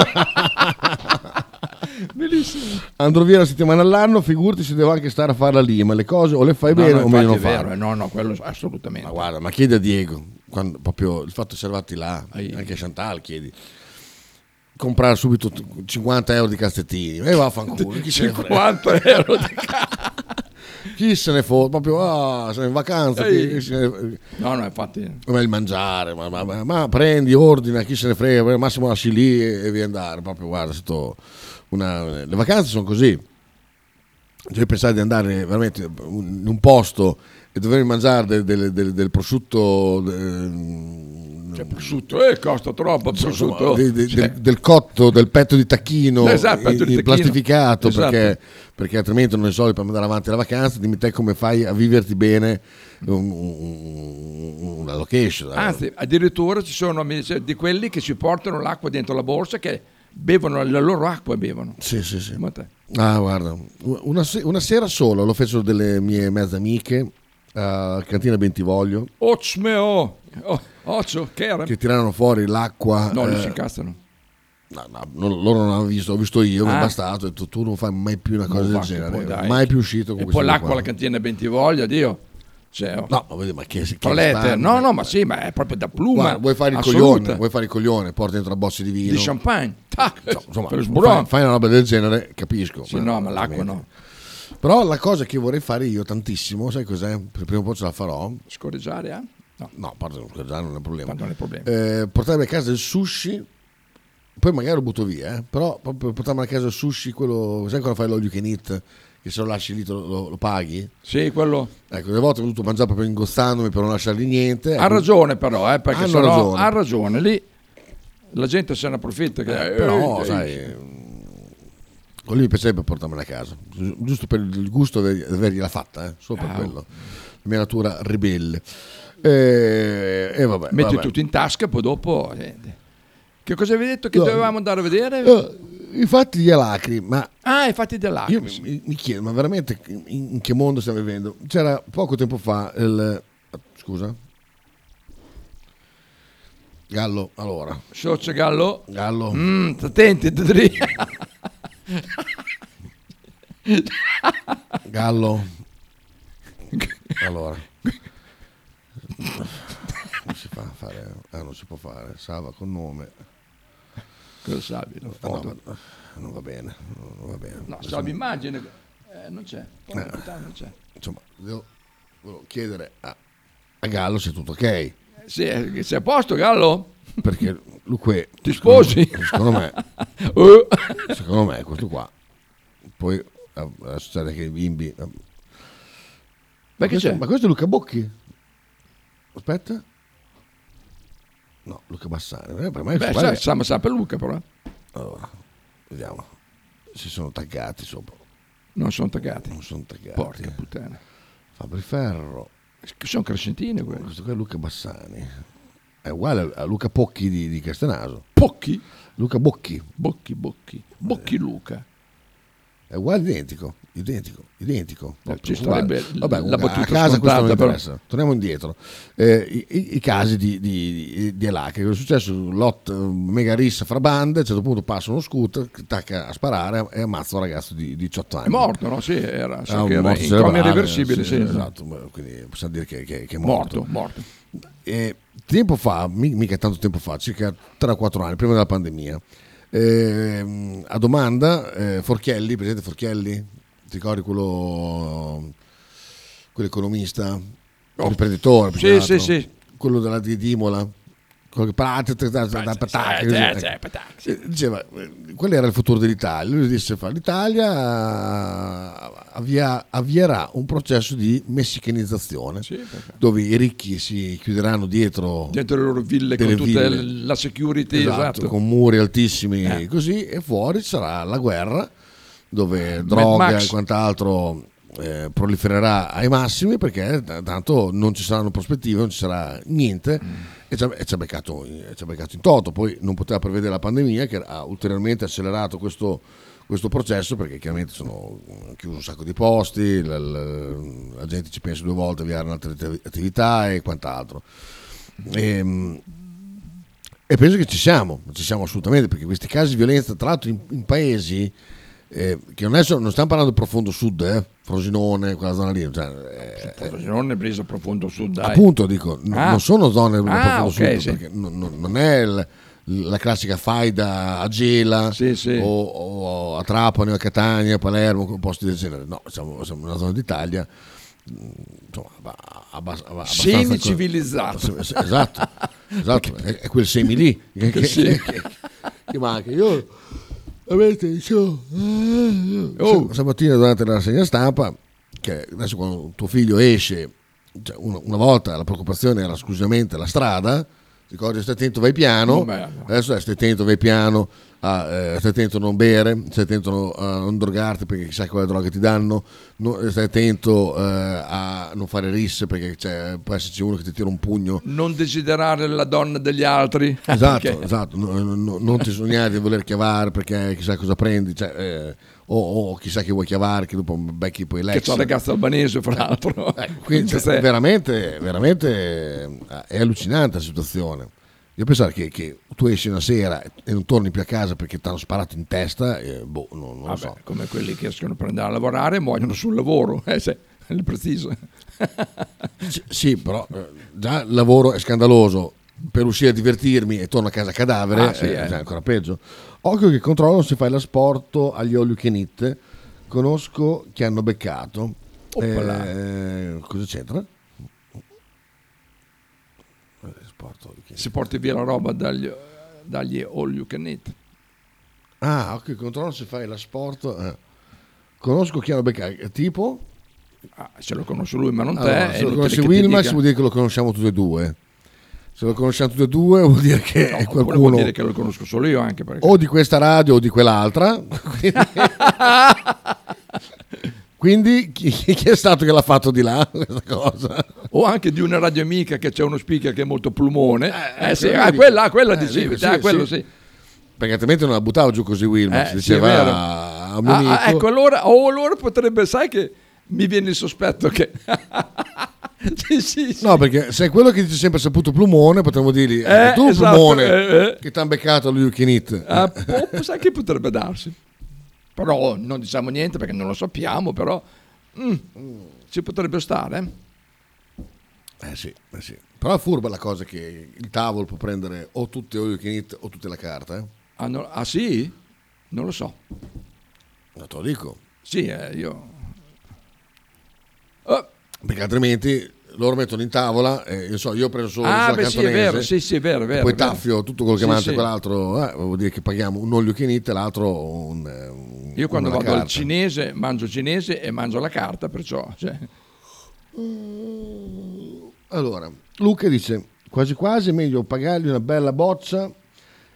Speaker 20: Bellissimo.
Speaker 21: Andrò via una settimana all'anno, figurati se devo anche stare a fare la lì, ma le cose o le fai
Speaker 20: No,
Speaker 21: bene
Speaker 20: no,
Speaker 21: o meglio non
Speaker 20: infatti è vero,
Speaker 21: farle.
Speaker 20: eh, No, no, quello assolutamente.
Speaker 21: Ma guarda, ma chiedi a Diego, quando- proprio il fatto di servarti là, anche a Chantal chiedi, comprare subito t- 50 euro di castettini, e vaffanculo. chi se ne frega?
Speaker 20: 50 euro di
Speaker 21: Chi se ne fa? Proprio, ah, sono in vacanza. chi-
Speaker 20: Ehi.
Speaker 21: chi se ne-
Speaker 20: No, no, infatti.
Speaker 21: Ma il mangiare, ma, ma- ma- ma prendi, ordina, chi se ne frega, al massimo lasci lì e, e vi andare. Proprio guarda, è stato una- le vacanze sono così. Cioè, io pensavo di andare veramente in un posto e dover mangiare del, del- del- del prosciutto, eh,
Speaker 20: Cioè, prosciutto, eh, costa troppo. Prosciutto.
Speaker 21: di- di-
Speaker 20: Cioè,
Speaker 21: del, del cotto, del petto di tacchino,
Speaker 20: Esatto, petto di
Speaker 21: in- in
Speaker 20: tacchino.
Speaker 21: plastificato,
Speaker 20: Esatto.
Speaker 21: perché, perché altrimenti non è solito per andare avanti la vacanza. Dimmi te come fai a viverti bene un- un- una location.
Speaker 20: Anzi, addirittura ci sono amici cioè, di quelli che ci portano l'acqua dentro la borsa che bevono la loro acqua. Bevono.
Speaker 21: Sì, sì, sì.
Speaker 20: Ma te.
Speaker 21: Ah, guarda, una, se- una sera solo lo fecero delle mie mezze amiche a Cantina Bentivoglio
Speaker 20: Ocmeo, oh, occio, che era?
Speaker 21: che tirarono fuori l'acqua.
Speaker 20: No, non
Speaker 21: eh,
Speaker 20: si incastrano.
Speaker 21: no, no, non- loro non hanno visto, ho visto io, mi è
Speaker 20: Ah.
Speaker 21: bastato. Ho detto, tu non fai mai più una cosa
Speaker 20: Ma
Speaker 21: del
Speaker 20: va, poi
Speaker 21: genere,
Speaker 20: dai.
Speaker 21: mai più uscito con
Speaker 20: E poi
Speaker 21: questa roba
Speaker 20: l'acqua
Speaker 21: qua.
Speaker 20: alla cantina Bentivoglia, Dio. Cioè, oh.
Speaker 21: No, ma vedi, ma che si
Speaker 20: Toilette,
Speaker 21: che
Speaker 20: No, no, ma sì, ma è proprio da pluma.
Speaker 21: Guarda, vuoi fare il
Speaker 20: assoluta.
Speaker 21: coglione, vuoi fare il coglione, porti dentro la bozza di vino.
Speaker 20: Di champagne. Tac.
Speaker 21: Insomma,
Speaker 20: per lo
Speaker 21: fai,
Speaker 20: sburon.
Speaker 21: fai una roba del genere, capisco.
Speaker 20: Sì, no, ma l'acqua no.
Speaker 21: Però la cosa che vorrei fare io tantissimo, sai cos'è? Per prima o poi ce la farò.
Speaker 20: Scorreggiare, eh? No.
Speaker 21: No, parlo scorreggiare non è un problema.
Speaker 20: Ma non è un problema.
Speaker 21: Eh, portarmi a casa il sushi, poi magari lo butto via, eh, però proprio portarmi a casa il sushi, quello, sai quando fai l'olio can eat, che se lo lasci lì te lo, lo- lo paghi?
Speaker 20: Sì, quello.
Speaker 21: Ecco, delle volte ho dovuto mangiare proprio ingostandomi per non lasciargli niente.
Speaker 20: Ha ragione però, eh, perché
Speaker 21: Hanno
Speaker 20: sennò
Speaker 21: ragione.
Speaker 20: ha ragione lì. La gente se ne approfitta. Che,
Speaker 21: Eh, però,
Speaker 20: eh,
Speaker 21: sai, quello lì mi piacerebbe portarmela a casa, gi- giusto per il gusto di avergliela fatta, eh, solo per
Speaker 20: Ah.
Speaker 21: quello. La mia natura ribelle. E, e vabbè,
Speaker 20: Metti
Speaker 21: vabbè.
Speaker 20: tutto in tasca, poi dopo... eh, Che cosa avevi detto che
Speaker 21: No.
Speaker 20: dovevamo andare a vedere?
Speaker 21: Eh, infatti gli alacri, ma
Speaker 20: Ah, infatti dell'acqua.
Speaker 21: io mi, mi- mi chiedo, ma veramente in, in che mondo stiamo vivendo? C'era poco tempo fa il... Scusa? Gallo, allora.
Speaker 20: Socio Gallo.
Speaker 21: Gallo.
Speaker 20: Mm, attenti, Tedri.
Speaker 21: [LAUGHS] Gallo. Allora. Non si fa fare... Ah, non si può fare. Salva con nome.
Speaker 20: Cosa salvi? La
Speaker 21: Ah, no,
Speaker 20: foto?
Speaker 21: ma- non va bene. Non va bene.
Speaker 20: No, salvi immagine. Eh, non c'è. Porca puttana, non c'è.
Speaker 21: Insomma, devo, volevo chiedere a, a Gallo se è tutto ok.
Speaker 20: Sì, eh, sei a posto, Gallo?
Speaker 21: Perché Luque...
Speaker 20: Ti sposi?
Speaker 21: Secondo
Speaker 20: [LAUGHS]
Speaker 21: me...
Speaker 20: Eh.
Speaker 21: secondo me questo qua poi eh, a- associare anche i bimbi eh, a-
Speaker 20: Ma
Speaker 21: ma,
Speaker 20: che
Speaker 21: questo,
Speaker 20: c'è?
Speaker 21: ma questo è Luca Bocchi aspetta no Luca Bassani eh, per me
Speaker 20: Beh,
Speaker 21: guarda
Speaker 20: sa,
Speaker 21: che-
Speaker 20: sa, ma sa per Luca, però.
Speaker 21: allora vediamo si sono taggati sopra
Speaker 20: Non sono taggati.
Speaker 21: non sono taggati
Speaker 20: Porca puttana.
Speaker 21: Fabri Ferro
Speaker 20: sono crescentini quelli
Speaker 21: questo qua è Luca Bassani è uguale a Luca Pocchi di, di Castenaso
Speaker 20: Pocchi?
Speaker 21: Luca Bocchi Eh.
Speaker 20: Bocchi Bocchi Bocchi Luca
Speaker 21: è uguale identico identico identico proprio
Speaker 20: Eh, ci starebbe
Speaker 21: uguale.
Speaker 20: l-
Speaker 21: Vabbè,
Speaker 20: la
Speaker 21: comunque,
Speaker 20: battuta
Speaker 21: a casa questo non
Speaker 20: scontata, però.
Speaker 21: interessa torniamo indietro Eh, i, i- i casi di, di, di, di Alacri cosa è successo lot eh, mega rissa fra bande a un certo punto passa uno scooter che tacca a sparare e ammazza un ragazzo di 18 anni
Speaker 20: È morto, no? Sì, era, so
Speaker 21: Ah, un
Speaker 20: che era
Speaker 21: morto
Speaker 20: in
Speaker 21: cerebrale,
Speaker 20: coma irreversibile, sì.
Speaker 21: esatto ma quindi possiamo dire che, che- che è
Speaker 20: Morto,
Speaker 21: morto
Speaker 20: morto.
Speaker 21: E tempo fa mi- mica tanto tempo fa circa 3-4 anni prima della pandemia ehm, a domanda eh, Forchielli presente Forchielli ti ricordi quello quell'economista imprenditore più
Speaker 20: Oh. Sì,
Speaker 21: che altro?
Speaker 20: sì, sì.
Speaker 21: quello della di di Imola quello che parla tra- tra- tra- tra- tra- patacche,
Speaker 20: sì, eh,
Speaker 21: così.
Speaker 20: sì,
Speaker 21: Ecco.
Speaker 20: patacche,
Speaker 21: Eh, diceva eh, quello era il futuro dell'Italia lui disse fa, l'Italia eh, avvia- avvierà un processo di messicanizzazione dove i ricchi si chiuderanno dietro
Speaker 20: Dentro le loro ville
Speaker 21: delle
Speaker 20: con tutta
Speaker 21: ville.
Speaker 20: la security, esatto.
Speaker 21: Esatto, con muri altissimi
Speaker 20: Eh.
Speaker 21: così e fuori ci sarà la guerra dove
Speaker 20: Eh, Mad
Speaker 21: droga
Speaker 20: Max.
Speaker 21: e quant'altro eh, prolifererà ai massimi perché t- tanto non ci saranno prospettive, non ci sarà niente
Speaker 20: Mm.
Speaker 21: e ci ha e ci ha beccato, e ci ha beccato in toto. Poi non poteva prevedere la pandemia che ha ulteriormente accelerato questo, questo processo perché chiaramente sono chiuso un sacco di posti, la, la- la gente ci pensa due volte a avviare altre attività e quant'altro. Ehm, e penso che ci siamo, ci siamo assolutamente, perché questi casi di violenza, tra l'altro in, in paesi eh, che non, è solo- non stiamo parlando del profondo sud, eh, Frosinone, quella zona lì, cioè, eh,
Speaker 20: non è preso a profondo sud, dai.
Speaker 21: appunto dico, n-
Speaker 20: Ah.
Speaker 21: non sono zone del
Speaker 20: Ah,
Speaker 21: profondo
Speaker 20: ok,
Speaker 21: sud,
Speaker 20: sì.
Speaker 21: perché non, non- non è il- la classica faida a Gela O, o a Trapani, o a Catania, a Palermo, con posti del genere, no, siamo, siamo in una zona d'Italia. mh, Insomma, abba- abbas- abbastanza
Speaker 20: Semicivilizzato. [LAUGHS]
Speaker 21: esatto, esatto, è, è quel semi lì che, [LAUGHS]
Speaker 20: Che sì.
Speaker 21: che- che- che manca. Io Avete show. Oh. Sa- Stamattina durante la rassegna stampa, che adesso quando tuo figlio esce, cioè, una, una volta la preoccupazione era esclusivamente la strada, ricordi stai attento vai piano,
Speaker 20: Vabbè.
Speaker 21: adesso è stai attento vai piano, ah, eh, stai attento a non bere, stai attento a non drogarti perché chissà quale droga ti danno, no- stai attento eh, a non fare risse perché c'è, può esserci uno che ti tira un pugno.
Speaker 20: Non desiderare la donna degli altri. [LAUGHS]
Speaker 21: [LAUGHS] Esatto,
Speaker 20: Ah, Ok.
Speaker 21: esatto. No, no, no, non ti sognare di voler chiavare perché chissà cosa prendi, cioè, eh, o, o chissà che vuoi chiavare, che dopo becchi poi l'ex.
Speaker 20: Che c'è un ragazzo albanese, fra l'altro. [LAUGHS]
Speaker 21: Quindi, cioè,
Speaker 20: Cos'è?
Speaker 21: veramente, veramente eh, è allucinante la situazione. Io pensare che, che tu esci una sera e non torni più a casa perché ti hanno sparato in testa, eh, boh, non, non lo
Speaker 20: Vabbè,
Speaker 21: so.
Speaker 20: come quelli che escono per andare a lavorare e muoiono sul lavoro, [LAUGHS] eh, sì, è il preciso.
Speaker 21: S- [LAUGHS] Sì, però eh, già il lavoro è scandaloso. Per uscire a divertirmi e torno a casa cadavere
Speaker 20: Ah, sì,
Speaker 21: eh,
Speaker 20: eh.
Speaker 21: già è ancora peggio. Occhio che controllo se fai l'asporto agli olio che nit. Conosco che hanno beccato.
Speaker 20: Oppala.
Speaker 21: Eh, cosa c'entra? Sporto.
Speaker 20: Se porti via la roba dagli, dagli all you can eat.
Speaker 21: Ah, occhio che controllo se fai l'asporto. eh. Conosco che hanno beccato. Eh, Tipo?
Speaker 20: Ah, se lo conosce lui, ma non te. è
Speaker 21: se lo
Speaker 20: inutile
Speaker 21: conosci
Speaker 20: che ti
Speaker 21: Wilmax
Speaker 20: dica.
Speaker 21: vuol dire che lo conosciamo tutti e due. Se lo conosciamo tutti e due vuol dire che
Speaker 20: No,
Speaker 21: è
Speaker 20: oppure
Speaker 21: Eh, qualcuno...
Speaker 20: Vuol dire che lo conosco solo io anche perché.
Speaker 21: o di questa radio o di quell'altra.
Speaker 20: [LAUGHS]
Speaker 21: Quindi, Quindi chi, chi è stato che l'ha fatto di là questa cosa?
Speaker 20: [LAUGHS] O anche di una radio amica che c'è uno speaker che è molto plumone. Eh, sì,
Speaker 21: quello
Speaker 20: ah,
Speaker 21: dico.
Speaker 20: quella, quella
Speaker 21: Eh,
Speaker 20: dicevi,
Speaker 21: sì,
Speaker 20: ah,
Speaker 21: sì,
Speaker 20: quello
Speaker 21: sì.
Speaker 20: sì.
Speaker 21: Perché altrimenti non la buttavo giù così Wilma,
Speaker 20: Eh,
Speaker 21: si
Speaker 20: sì,
Speaker 21: diceva
Speaker 20: è vero.
Speaker 21: "Ah, a un
Speaker 20: Ah,
Speaker 21: amico".
Speaker 20: ah, ecco, [LAUGHS] allora, o allora potrebbe, sai che mi viene il sospetto che... sì, sì, sì.
Speaker 21: No, perché se è quello che dice sempre saputo plumone, potremmo dirgli,
Speaker 20: Eh,
Speaker 21: "Eh, tu
Speaker 20: esatto,
Speaker 21: plumone,
Speaker 20: eh, eh.
Speaker 21: che ti ha beccato lui Kinit.
Speaker 20: Ah, po- sai che potrebbe darsi. Però non diciamo niente perché non lo sappiamo, però mm, ci potrebbe stare.
Speaker 21: Eh sì, eh sì. Però è furba la cosa che il tavolo può prendere o tutte o Kinit o tutta la carta. Eh?
Speaker 20: Ah, no- ah, sì? Non lo so.
Speaker 21: No, te lo dico.
Speaker 20: Sì, eh, io...
Speaker 21: Eh, Perché altrimenti loro mettono in tavola, eh, io, so, io ho preso solo
Speaker 20: Ah,
Speaker 21: solo
Speaker 20: beh, sì, è
Speaker 21: cantonese,
Speaker 20: vero, sì, sì, è vero, è vero,
Speaker 21: poi
Speaker 20: è vero.
Speaker 21: taffio tutto quello che
Speaker 20: Sì,
Speaker 21: mangia
Speaker 20: sì.
Speaker 21: quell'altro, eh, vuol dire che paghiamo un olio chinita e l'altro un, eh, un-
Speaker 20: Io quando
Speaker 21: una
Speaker 20: vado al
Speaker 21: carta.
Speaker 20: cinese mangio cinese e mangio la carta, perciò... cioè,
Speaker 21: Allora, Luca dice, quasi quasi è meglio pagargli una bella boccia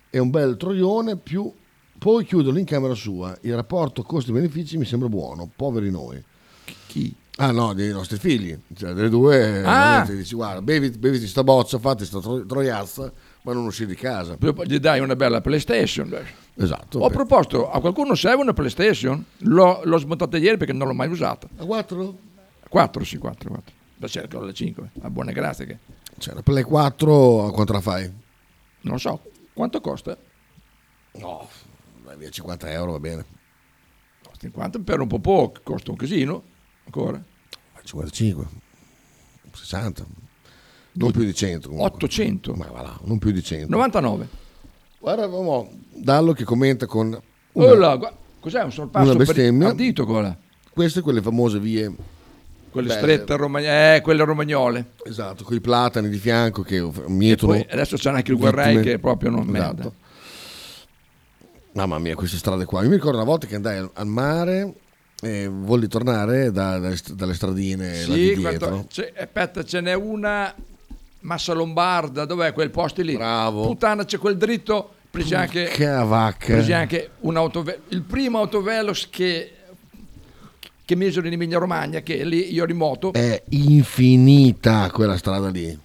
Speaker 21: e un bel troione, più, poi chiuderlo in camera sua. Il rapporto costi-benefici mi sembra buono, poveri noi.
Speaker 20: Chi?
Speaker 21: Ah no, dei nostri figli, cioè delle due,
Speaker 20: Ah!
Speaker 21: veramente dici guarda, beviti, beviti sta boccia, fatti sta tro- troiazza, ma non uscire di casa.
Speaker 20: poi Gli dai una bella PlayStation. beh.
Speaker 21: Esatto.
Speaker 20: Ho proposto a qualcuno serve una PlayStation? L'ho, l'ho smontata ieri perché non l'ho mai usata.
Speaker 21: A 4?
Speaker 20: 4, sì, 4, 4. La cerco alla 5, a buona grazia. Che...
Speaker 21: Cioè, la Play 4 a quanto la fai?
Speaker 20: Non so, quanto costa?
Speaker 21: No, vai via 50 euro, va bene.
Speaker 20: 50 per un po' poco, costa un casino, ancora.
Speaker 21: 55, 60, non più di 100 comunque.
Speaker 20: 800.
Speaker 21: Ma va là, non più di 100.
Speaker 20: 99.
Speaker 21: Guarda, mo, Dallo che commenta con una,
Speaker 20: Oh là, gua- cos'è un sorpasso
Speaker 21: una
Speaker 20: per il
Speaker 21: bestemmia.
Speaker 20: a dito quella.
Speaker 21: Queste quelle famose vie...
Speaker 20: Quelle
Speaker 21: Belle.
Speaker 20: strette romagn- eh, quelle romagnole.
Speaker 21: Esatto, con i platani di fianco che
Speaker 20: E
Speaker 21: mietono...
Speaker 20: poi adesso c'è anche il Guerrei
Speaker 21: vittime.
Speaker 20: che è proprio non merda.
Speaker 21: Esatto. Mamma mia, queste strade qua. Io mi ricordo una volta che andai al- al mare e volli tornare da- dalle st- dalle stradine là
Speaker 20: Sì,
Speaker 21: Eh, di
Speaker 20: quanto-
Speaker 21: dietro.
Speaker 20: c'è- aspetta, ce n'è una massa lombarda, dov'è quel posto lì? Bravo. Puttana, c'è quel dritto, presi anche,
Speaker 21: Che vacca.
Speaker 20: presi anche un autove- il primo autovelox che, che misero in Emilia Romagna, che lì io rimoto.
Speaker 21: È infinita quella strada lì.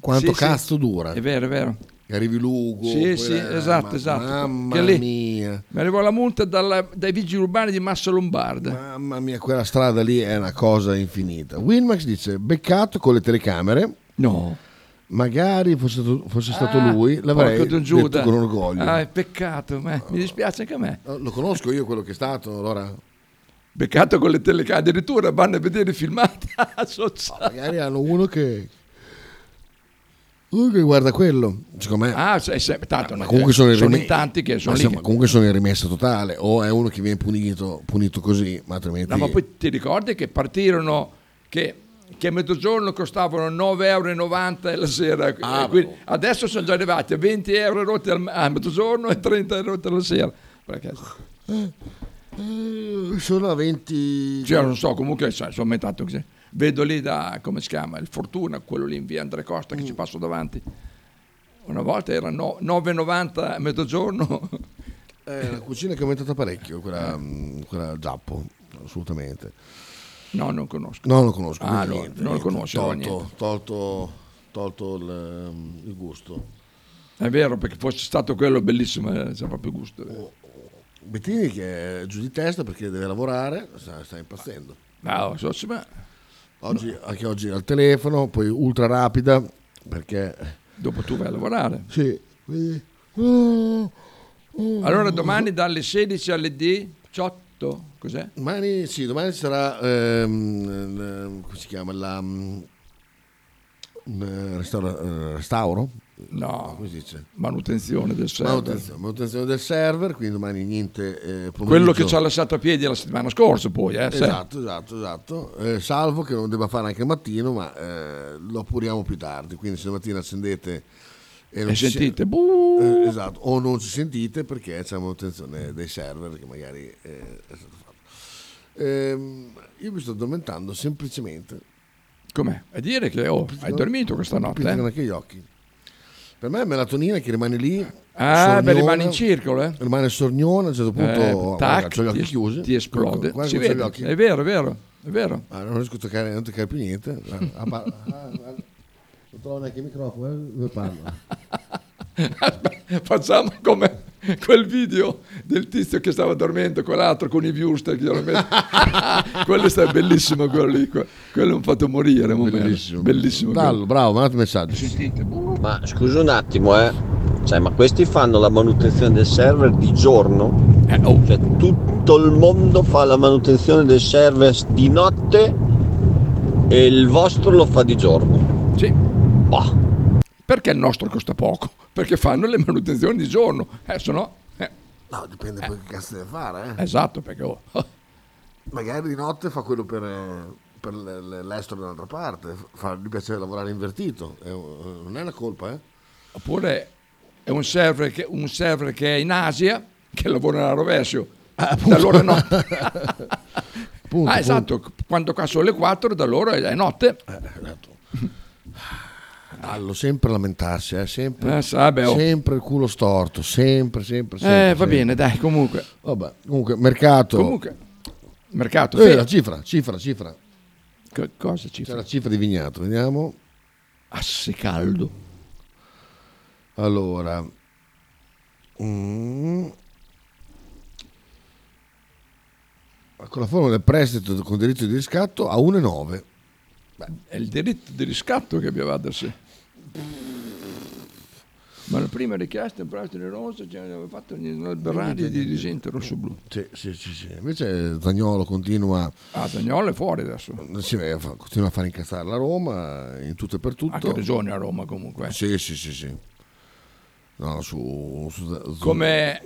Speaker 21: Quanto
Speaker 20: Sì, sì.
Speaker 21: cazzo dura?
Speaker 20: È vero, è vero.
Speaker 21: Che Arrivi Lugo.
Speaker 20: Sì,
Speaker 21: poi
Speaker 20: sì,
Speaker 21: là,
Speaker 20: esatto,
Speaker 21: ma-
Speaker 20: esatto.
Speaker 21: Mamma
Speaker 20: Che lì-
Speaker 21: mia.
Speaker 20: Mi arrivò la multa dalla- dai vigili urbani di Massa Lombarda.
Speaker 21: Mamma mia, quella strada lì è una cosa infinita. Winmax dice, beccato con le telecamere.
Speaker 20: No.
Speaker 21: Magari fosse, stato- fosse stato
Speaker 20: Ah,
Speaker 21: lui, l'avrei
Speaker 20: porco Don
Speaker 21: detto
Speaker 20: Giuda.
Speaker 21: con orgoglio.
Speaker 20: Ah, è peccato, ma mi dispiace anche a me.
Speaker 21: Lo conosco io quello che è stato, allora...
Speaker 20: Peccato con le telecamere, addirittura vanno a vedere i filmati. [LAUGHS] Ah,
Speaker 21: Magari hanno uno che... Uno che guarda quello. Secondo me...
Speaker 20: Ah, se- se- tanto
Speaker 21: Ma
Speaker 20: non-
Speaker 21: comunque sono, in
Speaker 20: Eh, sono
Speaker 21: rime-
Speaker 20: in tanti che sono
Speaker 21: ma
Speaker 20: lì.
Speaker 21: sì, ma
Speaker 20: che-
Speaker 21: comunque sono in rimessa totale o è uno che viene punito, punito così ma altrimenti
Speaker 20: No, ma poi ti ricordi che partirono che, che a mezzogiorno costavano 9,90 euro e la sera.
Speaker 21: Ah,
Speaker 20: Eh, E quindi adesso sono già arrivati a 20 euro rotti al- a mezzogiorno e 30 euro rotti alla sera. Perché?
Speaker 21: Sono a 20.
Speaker 20: Cioè, non so, comunque sai, sono aumentato così. Vedo lì da, come si chiama, il Fortuna, quello lì in via Andrea Costa
Speaker 21: Mm.
Speaker 20: che ci passo davanti. Una volta era no- 9,90 a mezzogiorno. [LAUGHS]
Speaker 21: Eh, la cucina che è aumentata parecchio, quella, mm, quella Giappo, assolutamente.
Speaker 20: No, non conosco.
Speaker 21: No, non lo conosco.
Speaker 20: Ah,
Speaker 21: quindi
Speaker 20: no,
Speaker 21: niente,
Speaker 20: non lo
Speaker 21: niente.
Speaker 20: conosco,
Speaker 21: Tolto,
Speaker 20: niente.
Speaker 21: tolto, tolto il, mm, il gusto.
Speaker 20: È vero, perché fosse stato quello bellissimo, eh, c'è proprio gusto.
Speaker 21: Bettini che è giù di testa perché deve lavorare, sta, sta impazzendo.
Speaker 20: No, Ah, oh, so, sì, ma-
Speaker 21: Oggi, Anche oggi al telefono, poi ultra rapida perché...
Speaker 20: Dopo tu vai a lavorare.
Speaker 21: Sì. quindi- oh, Mm.
Speaker 20: Allora domani dalle 16 alle 18, cos'è?
Speaker 21: Domani, sì, domani ci sarà, ehm, l- come si chiama, la, mm, un restauro? eh, restauro?
Speaker 20: No,
Speaker 21: come si dice?
Speaker 20: Manutenzione del server.
Speaker 21: Manutenzione, manutenzione del server, quindi domani niente. eh, pomeriggio.
Speaker 20: Quello che ci ha lasciato a piedi la settimana scorsa poi, eh, sai.
Speaker 21: Esatto, esatto, esatto. Eh, salvo che non debba fare anche il mattino, ma eh, lo appuriamo più tardi. Quindi se domattina accendete non
Speaker 20: E
Speaker 21: ci
Speaker 20: sentite,
Speaker 21: sen-
Speaker 20: buh.
Speaker 21: Eh, esatto, o non ci sentite perché c'è la manutenzione dei server che magari eh, è stato fatto. Ehm, io mi sto addormentando semplicemente.
Speaker 20: Com'è? A dire che oh, hai dormito questa notte, eh?
Speaker 21: anche gli occhi. Per me è melatonina che rimane lì.
Speaker 20: Ah, beh,
Speaker 21: sorniona,
Speaker 20: rimane in circolo, eh?
Speaker 21: Rimane sorniona, a un certo punto
Speaker 20: Eh, tac,
Speaker 21: guarda, c'ho gli occhi
Speaker 20: ti-
Speaker 21: chiusi.
Speaker 20: ti esplode.
Speaker 21: Guarda,
Speaker 20: Si
Speaker 21: guarda, c'ho
Speaker 20: vede,
Speaker 21: gli occhi.
Speaker 20: è vero, è vero, è vero.
Speaker 21: Ah, non riesco a toccare, non toccare
Speaker 20: [LAUGHS]
Speaker 21: più niente. Ah, ah, par- ah, guarda. Non trovo neanche il microfono, eh, dove parlo.
Speaker 20: [LAUGHS] Facciamo come quel video del tizio che stava dormendo, quell'altro con i viewster che gli
Speaker 30: [LAUGHS]
Speaker 20: hanno messo. quello è bellissimo, quello lì. que- Quello mi ha fatto morire. mo' merda. Bellissimo.
Speaker 21: Dallo, bravo, mandate un messaggio.
Speaker 30: Ma scusa un attimo, eh. Cioè, ma questi fanno la manutenzione del server di giorno? Cioè, tutto il mondo fa la manutenzione del server di notte e il vostro lo fa di giorno.
Speaker 20: Sì. Perché il nostro costa poco? Perché fanno le manutenzioni di giorno. Eh, se no... eh,
Speaker 21: No, dipende poi che cazzo deve fare. eh.
Speaker 20: esatto, perché... oh,
Speaker 21: Magari di notte fa quello per, eh, per l- l- l'estero dall'altra parte. Fa, gli piace lavorare invertito. È un- non è una colpa, eh?
Speaker 20: [LAUGHS] Oppure è un server, che, un server che è in Asia che lavora a rovescio.
Speaker 30: Eh,
Speaker 20: da loro
Speaker 30: [LAUGHS]
Speaker 20: è notte. ah, esatto, quando qua sono le 4, da loro è è notte.
Speaker 30: Eh,
Speaker 21: Dallo, sempre lamentarsi, eh? Sempre,
Speaker 20: Eh, sa, beh, oh.
Speaker 21: sempre il culo storto. Sempre, sempre, sempre.
Speaker 20: eh, va
Speaker 21: sempre.
Speaker 20: bene, dai, comunque.
Speaker 21: Vabbè, comunque, mercato.
Speaker 20: Comunque, mercato.
Speaker 21: Eh,
Speaker 20: sì.
Speaker 21: la cifra, cifra, cifra.
Speaker 20: cosa cifra?
Speaker 21: C'è la cifra di Vignato, vediamo.
Speaker 20: Asse caldo.
Speaker 21: Allora. mm. Con la forma del prestito con diritto di riscatto a 1,9.
Speaker 20: È il diritto di riscatto che aveva da sé. Ma la prima richiesta è pratica rosa, cioè, aveva fatto un alberare di disente rosso blu.
Speaker 21: Sì, sì, sì, sì. Invece Zagnolo continua...
Speaker 20: Ah, Zagnolo è fuori adesso.
Speaker 21: Sì, eh, fa- continua a far incazzare la Roma in tutto e per tutto.
Speaker 20: Anche Regione a Roma comunque. eh.
Speaker 21: Sì, sì, sì, sì. No, su... su- su-
Speaker 20: Come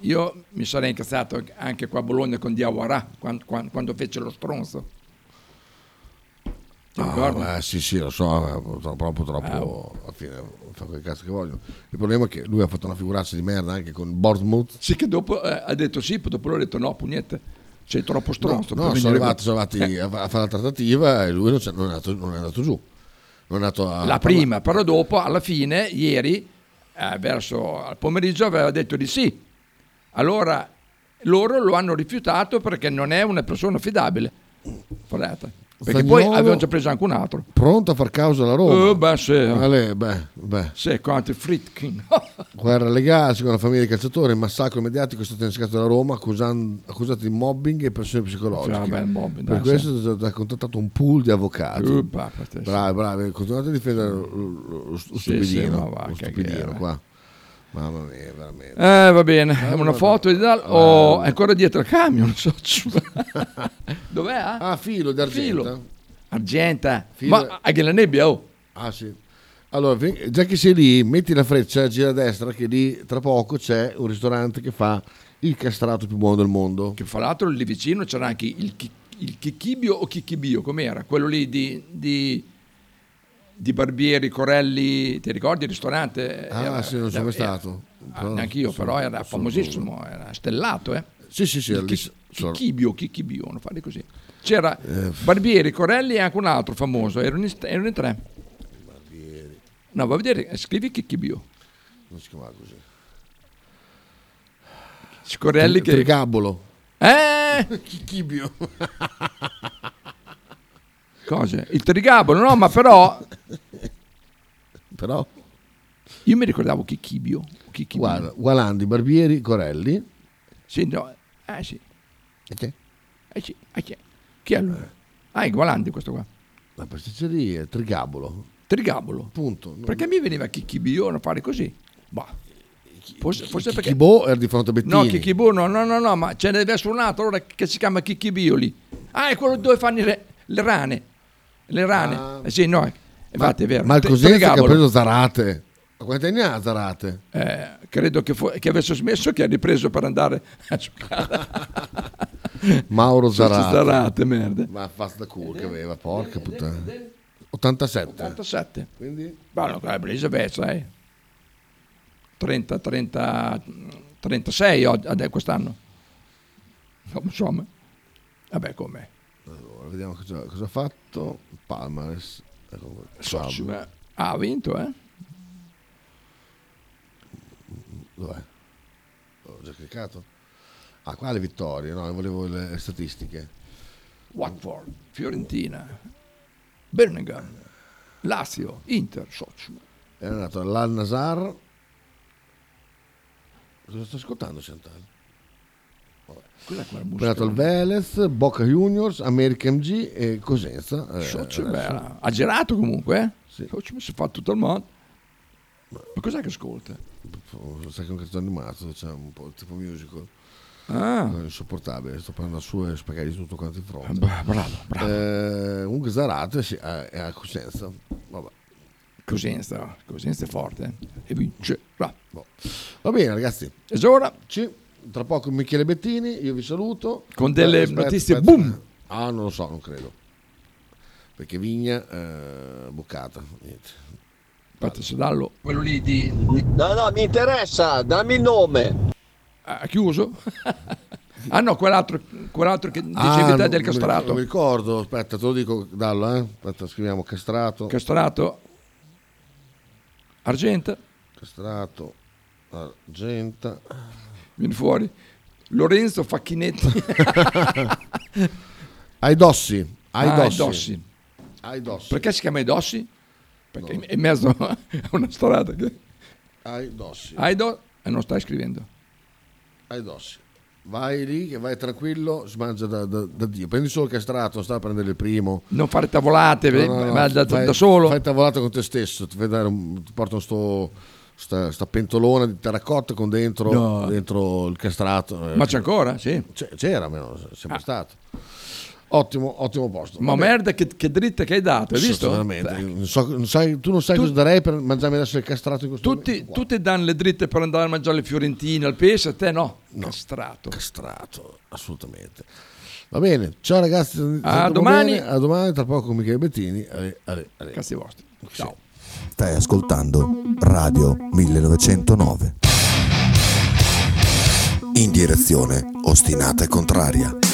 Speaker 20: io mi sarei incazzato anche qua a Bologna con Diawara quan- quan- quando, fece lo stronzo. Ti
Speaker 21: Ah,
Speaker 20: ricordi?
Speaker 21: ma sì, sì, lo so,
Speaker 20: Ah,
Speaker 21: purtroppo, purtroppo
Speaker 20: oh.
Speaker 21: alla fine fa quel cazzo che voglio. Il problema è che lui ha fatto una figuraccia di merda anche con Bournemouth.
Speaker 20: Sì, che dopo eh, ha detto sì, poi dopo l'ho detto no, pugnette, sei troppo stronzo.
Speaker 21: No,
Speaker 20: per
Speaker 21: no,
Speaker 20: venire
Speaker 21: sono arrivati,
Speaker 20: qua.
Speaker 21: sono
Speaker 20: [LAUGHS]
Speaker 21: arrivati
Speaker 20: Eh,
Speaker 21: a, a fare la trattativa e lui non, c'è- non è, andato, non è andato giù. Non è andato a
Speaker 20: la
Speaker 21: parla-
Speaker 20: prima, però dopo, alla fine, ieri, eh, verso al pomeriggio, aveva detto di sì. Allora loro lo hanno rifiutato perché non è una persona affidabile. Guardate. Perché poi
Speaker 21: Zagnolo-
Speaker 20: avevano già preso anche un altro.
Speaker 21: Pronto a far causa alla Roma.
Speaker 20: Eh, beh, sì.
Speaker 21: Allè, beh, beh.
Speaker 20: Sì, quanti Fritkin.
Speaker 21: Guerra alle gasi con la famiglia dei calciatori, massacro mediatico è stato innescato da Roma accusan- accusato di mobbing e pressione psicologica.
Speaker 20: Sì, vabbè, il mobbing,
Speaker 21: per
Speaker 20: dai,
Speaker 21: questo è stato contattato un pool di avvocati.
Speaker 20: Uh, papà, te-
Speaker 21: bravi, bravi, continuate a difendere lo, lo- lo stupidino,
Speaker 20: sì, ma va,
Speaker 21: lo
Speaker 20: che
Speaker 21: stupidino
Speaker 20: guerra.
Speaker 21: qua. Mamma mia, veramente.
Speaker 20: Eh, va bene,
Speaker 21: Mamma
Speaker 20: una foto di
Speaker 21: Eh.
Speaker 20: Dal. Oh, è ancora dietro il camion. [LAUGHS] non So. Dov'è? Ah,
Speaker 21: filo d'argento.
Speaker 20: Filo. Argenta.
Speaker 21: Filo-
Speaker 20: Ma anche la nebbia, oh.
Speaker 21: Ah sì. Allora, fin- già che sei lì, metti la freccia, gira a destra, che lì tra poco c'è un ristorante che fa il castrato più buono del mondo.
Speaker 20: Che Fra l'altro lì vicino c'era anche il, chi- il Chichibio o Chichibio, com'era? Quello lì di, di, di Barbieri, Corelli, ti ricordi il ristorante? Ah,
Speaker 21: Ah, sì, non sono mai
Speaker 20: eh,
Speaker 21: stato. Però-
Speaker 20: neanche io,
Speaker 21: sono-
Speaker 20: però era
Speaker 21: sono-
Speaker 20: famosissimo, era stellato, eh?
Speaker 21: Sì, sì, sì,
Speaker 20: Il
Speaker 21: era lì-
Speaker 20: Chi-
Speaker 21: sono-
Speaker 20: Chicchibio, Chicchibio, non fare così. C'era
Speaker 21: Eh.
Speaker 20: Barbieri, Corelli e anche un altro famoso, erano in, erano in tre. Barbieri. No, va a vedere, eh, scrivi Chicchibio.
Speaker 21: Non si chiamava così.
Speaker 20: Scorelli che...
Speaker 21: Trigabolo. [LAUGHS]
Speaker 20: Eh!
Speaker 21: Chicchibio.
Speaker 20: [LAUGHS] Cose. Il trigabolo, no, ma però...
Speaker 21: [LAUGHS] Però...
Speaker 20: Io mi ricordavo Chicchibio. Chicchibio.
Speaker 21: Guarda, Gualandi, Barbieri, Corelli.
Speaker 20: Sì, no, eh sì.
Speaker 21: Ok.
Speaker 20: Eh sì, eh sì. Chi è allora?
Speaker 21: Eh.
Speaker 20: Ah, è Gualandi questo qua.
Speaker 21: La pasticceria, Trigabolo.
Speaker 20: Trigabolo.
Speaker 21: Punto.
Speaker 20: Perché mi veniva Chicchibio a fare così? Bah. Forse, forse perché...
Speaker 21: Chibò era di fronte a Bettini.
Speaker 20: No, Chicchibio no, no, no, no, ma ce ne deve essere un altro allora che si chiama Chicchibio lì. Ah, è quello dove fanno le, le rane. Le rane. Eh sì, no. eh, Infatti, è vero.
Speaker 21: Ah. Ma il
Speaker 20: Te-
Speaker 21: Cosenza che ha
Speaker 20: Trigabolo.
Speaker 21: preso Zarate. Ma quanti anni ha Zarate?
Speaker 20: Eh, credo che, fu- che avesse smesso che ha ripreso per andare a
Speaker 21: [LAUGHS]
Speaker 20: giocare.
Speaker 21: Mauro
Speaker 20: Sono
Speaker 21: Zarate.
Speaker 20: Zarate, merda.
Speaker 21: Ma fasta culo che aveva, porca puttana. 87.
Speaker 20: 87.
Speaker 21: Quindi?
Speaker 20: Bello, eh, Elisabetta, sai. 30, 30, 36 oggi- adè, quest'anno. Insomma. Vabbè, come?
Speaker 21: Allora, vediamo cosa, cosa ha fatto. Palmares. Ecco qua. Sub.
Speaker 20: Ah, ha vinto, eh?
Speaker 21: Dov'è? Ho già cliccato. Ah, qua le vittorie, no, volevo le statistiche.
Speaker 20: Watford, Fiorentina, Birmingham, Lazio, Inter, Socio.
Speaker 21: Era andato all'Al Nazar. Cosa sto ascoltando, Chantal?
Speaker 20: Quella quella
Speaker 21: Poi è
Speaker 20: musica.
Speaker 21: andato al Velez, Boca Juniors, America MG e Cosenza. eh,
Speaker 20: Socio,
Speaker 21: adesso.
Speaker 20: bella. Ha girato comunque, eh? Socio, mi si fa tutto il mondo. Ma cos'è che ascolta?
Speaker 21: Oh, Sai che è un cartone animato, cioè un po' tipo musical.
Speaker 20: Ah.
Speaker 21: È insopportabile, sto prendendo a sue e spaghetti tutto quanto in fronte.
Speaker 20: Bra- bravo, bravo.
Speaker 21: Eh, comunque Zarate sì, eh, è è a Cosenza. Vabbè.
Speaker 20: Cosenza, Cosenza è forte. eh? E vince. Bravo.
Speaker 21: Boh. Va bene ragazzi.
Speaker 20: E ora?
Speaker 21: Ci, tra poco Michele Bettini, io vi saluto.
Speaker 20: Con delle
Speaker 21: Aspetta,
Speaker 20: notizie,
Speaker 21: aspetta.
Speaker 20: boom!
Speaker 21: Ah, non lo so, non credo. Perché Vigna, eh, bucata. Niente.
Speaker 20: Dallo.
Speaker 22: Quello lì di...
Speaker 30: No, no, mi interessa, dammi il nome.
Speaker 20: Ha chiuso? [LAUGHS] ah no, quell'altro, quell'altro che dicevi
Speaker 21: Ah,
Speaker 20: te
Speaker 21: non-
Speaker 20: del
Speaker 21: Non mi
Speaker 20: castrato.
Speaker 21: ricordo, aspetta, te lo dico, Dallo, eh. Aspetta, scriviamo castrato.
Speaker 20: Castrato. Argenta.
Speaker 21: Castrato. Argenta.
Speaker 20: Vieni fuori. Lorenzo Facchinetti.
Speaker 21: [LAUGHS] Aidossi. Aidossi.
Speaker 20: Ah, Aidossi.
Speaker 21: Aidossi.
Speaker 20: Perché si chiama Aidossi? Perché è in mezzo a [LAUGHS] una strada che...
Speaker 21: Aidossi.
Speaker 20: Aido... E non stai scrivendo.
Speaker 21: Aidossi. Vai lì, che vai tranquillo, smangia da, da- da Dio. Prendi solo il castrato, non sta a prendere il primo.
Speaker 20: Non fare tavolate, vai da- da solo.
Speaker 21: Fai tavolata con te stesso, ti, fai dare un- ti portano sto, sta, sta pentolona di terracotta con dentro,
Speaker 20: No.
Speaker 21: dentro il castrato. eh.
Speaker 20: Ma c'è ancora? Sì.
Speaker 21: C'è- C'era, almeno sempre stato. Ottimo, ottimo posto.
Speaker 20: Ah, Ma
Speaker 21: Va bene.
Speaker 20: merda, che, che dritta che hai dato, hai
Speaker 21: Sì,
Speaker 20: visto?
Speaker 21: veramente, io non so- non sai- tu non sai cosa darei per mangiarmi adesso il castrato in questo
Speaker 20: Tutti, tutti danno le dritte per andare a mangiare le fiorentine, al pesce, a te no. Castrato.
Speaker 21: Castrato, assolutamente. Va bene, ciao ragazzi.
Speaker 20: A
Speaker 21: tanto
Speaker 20: domani.
Speaker 21: va bene, A domani, tra poco con Michele Bettini. Ale, ale, ale.
Speaker 20: Cazzi vostri. Ciao.
Speaker 17: Stai ascoltando Radio 1909. In direzione ostinata e contraria.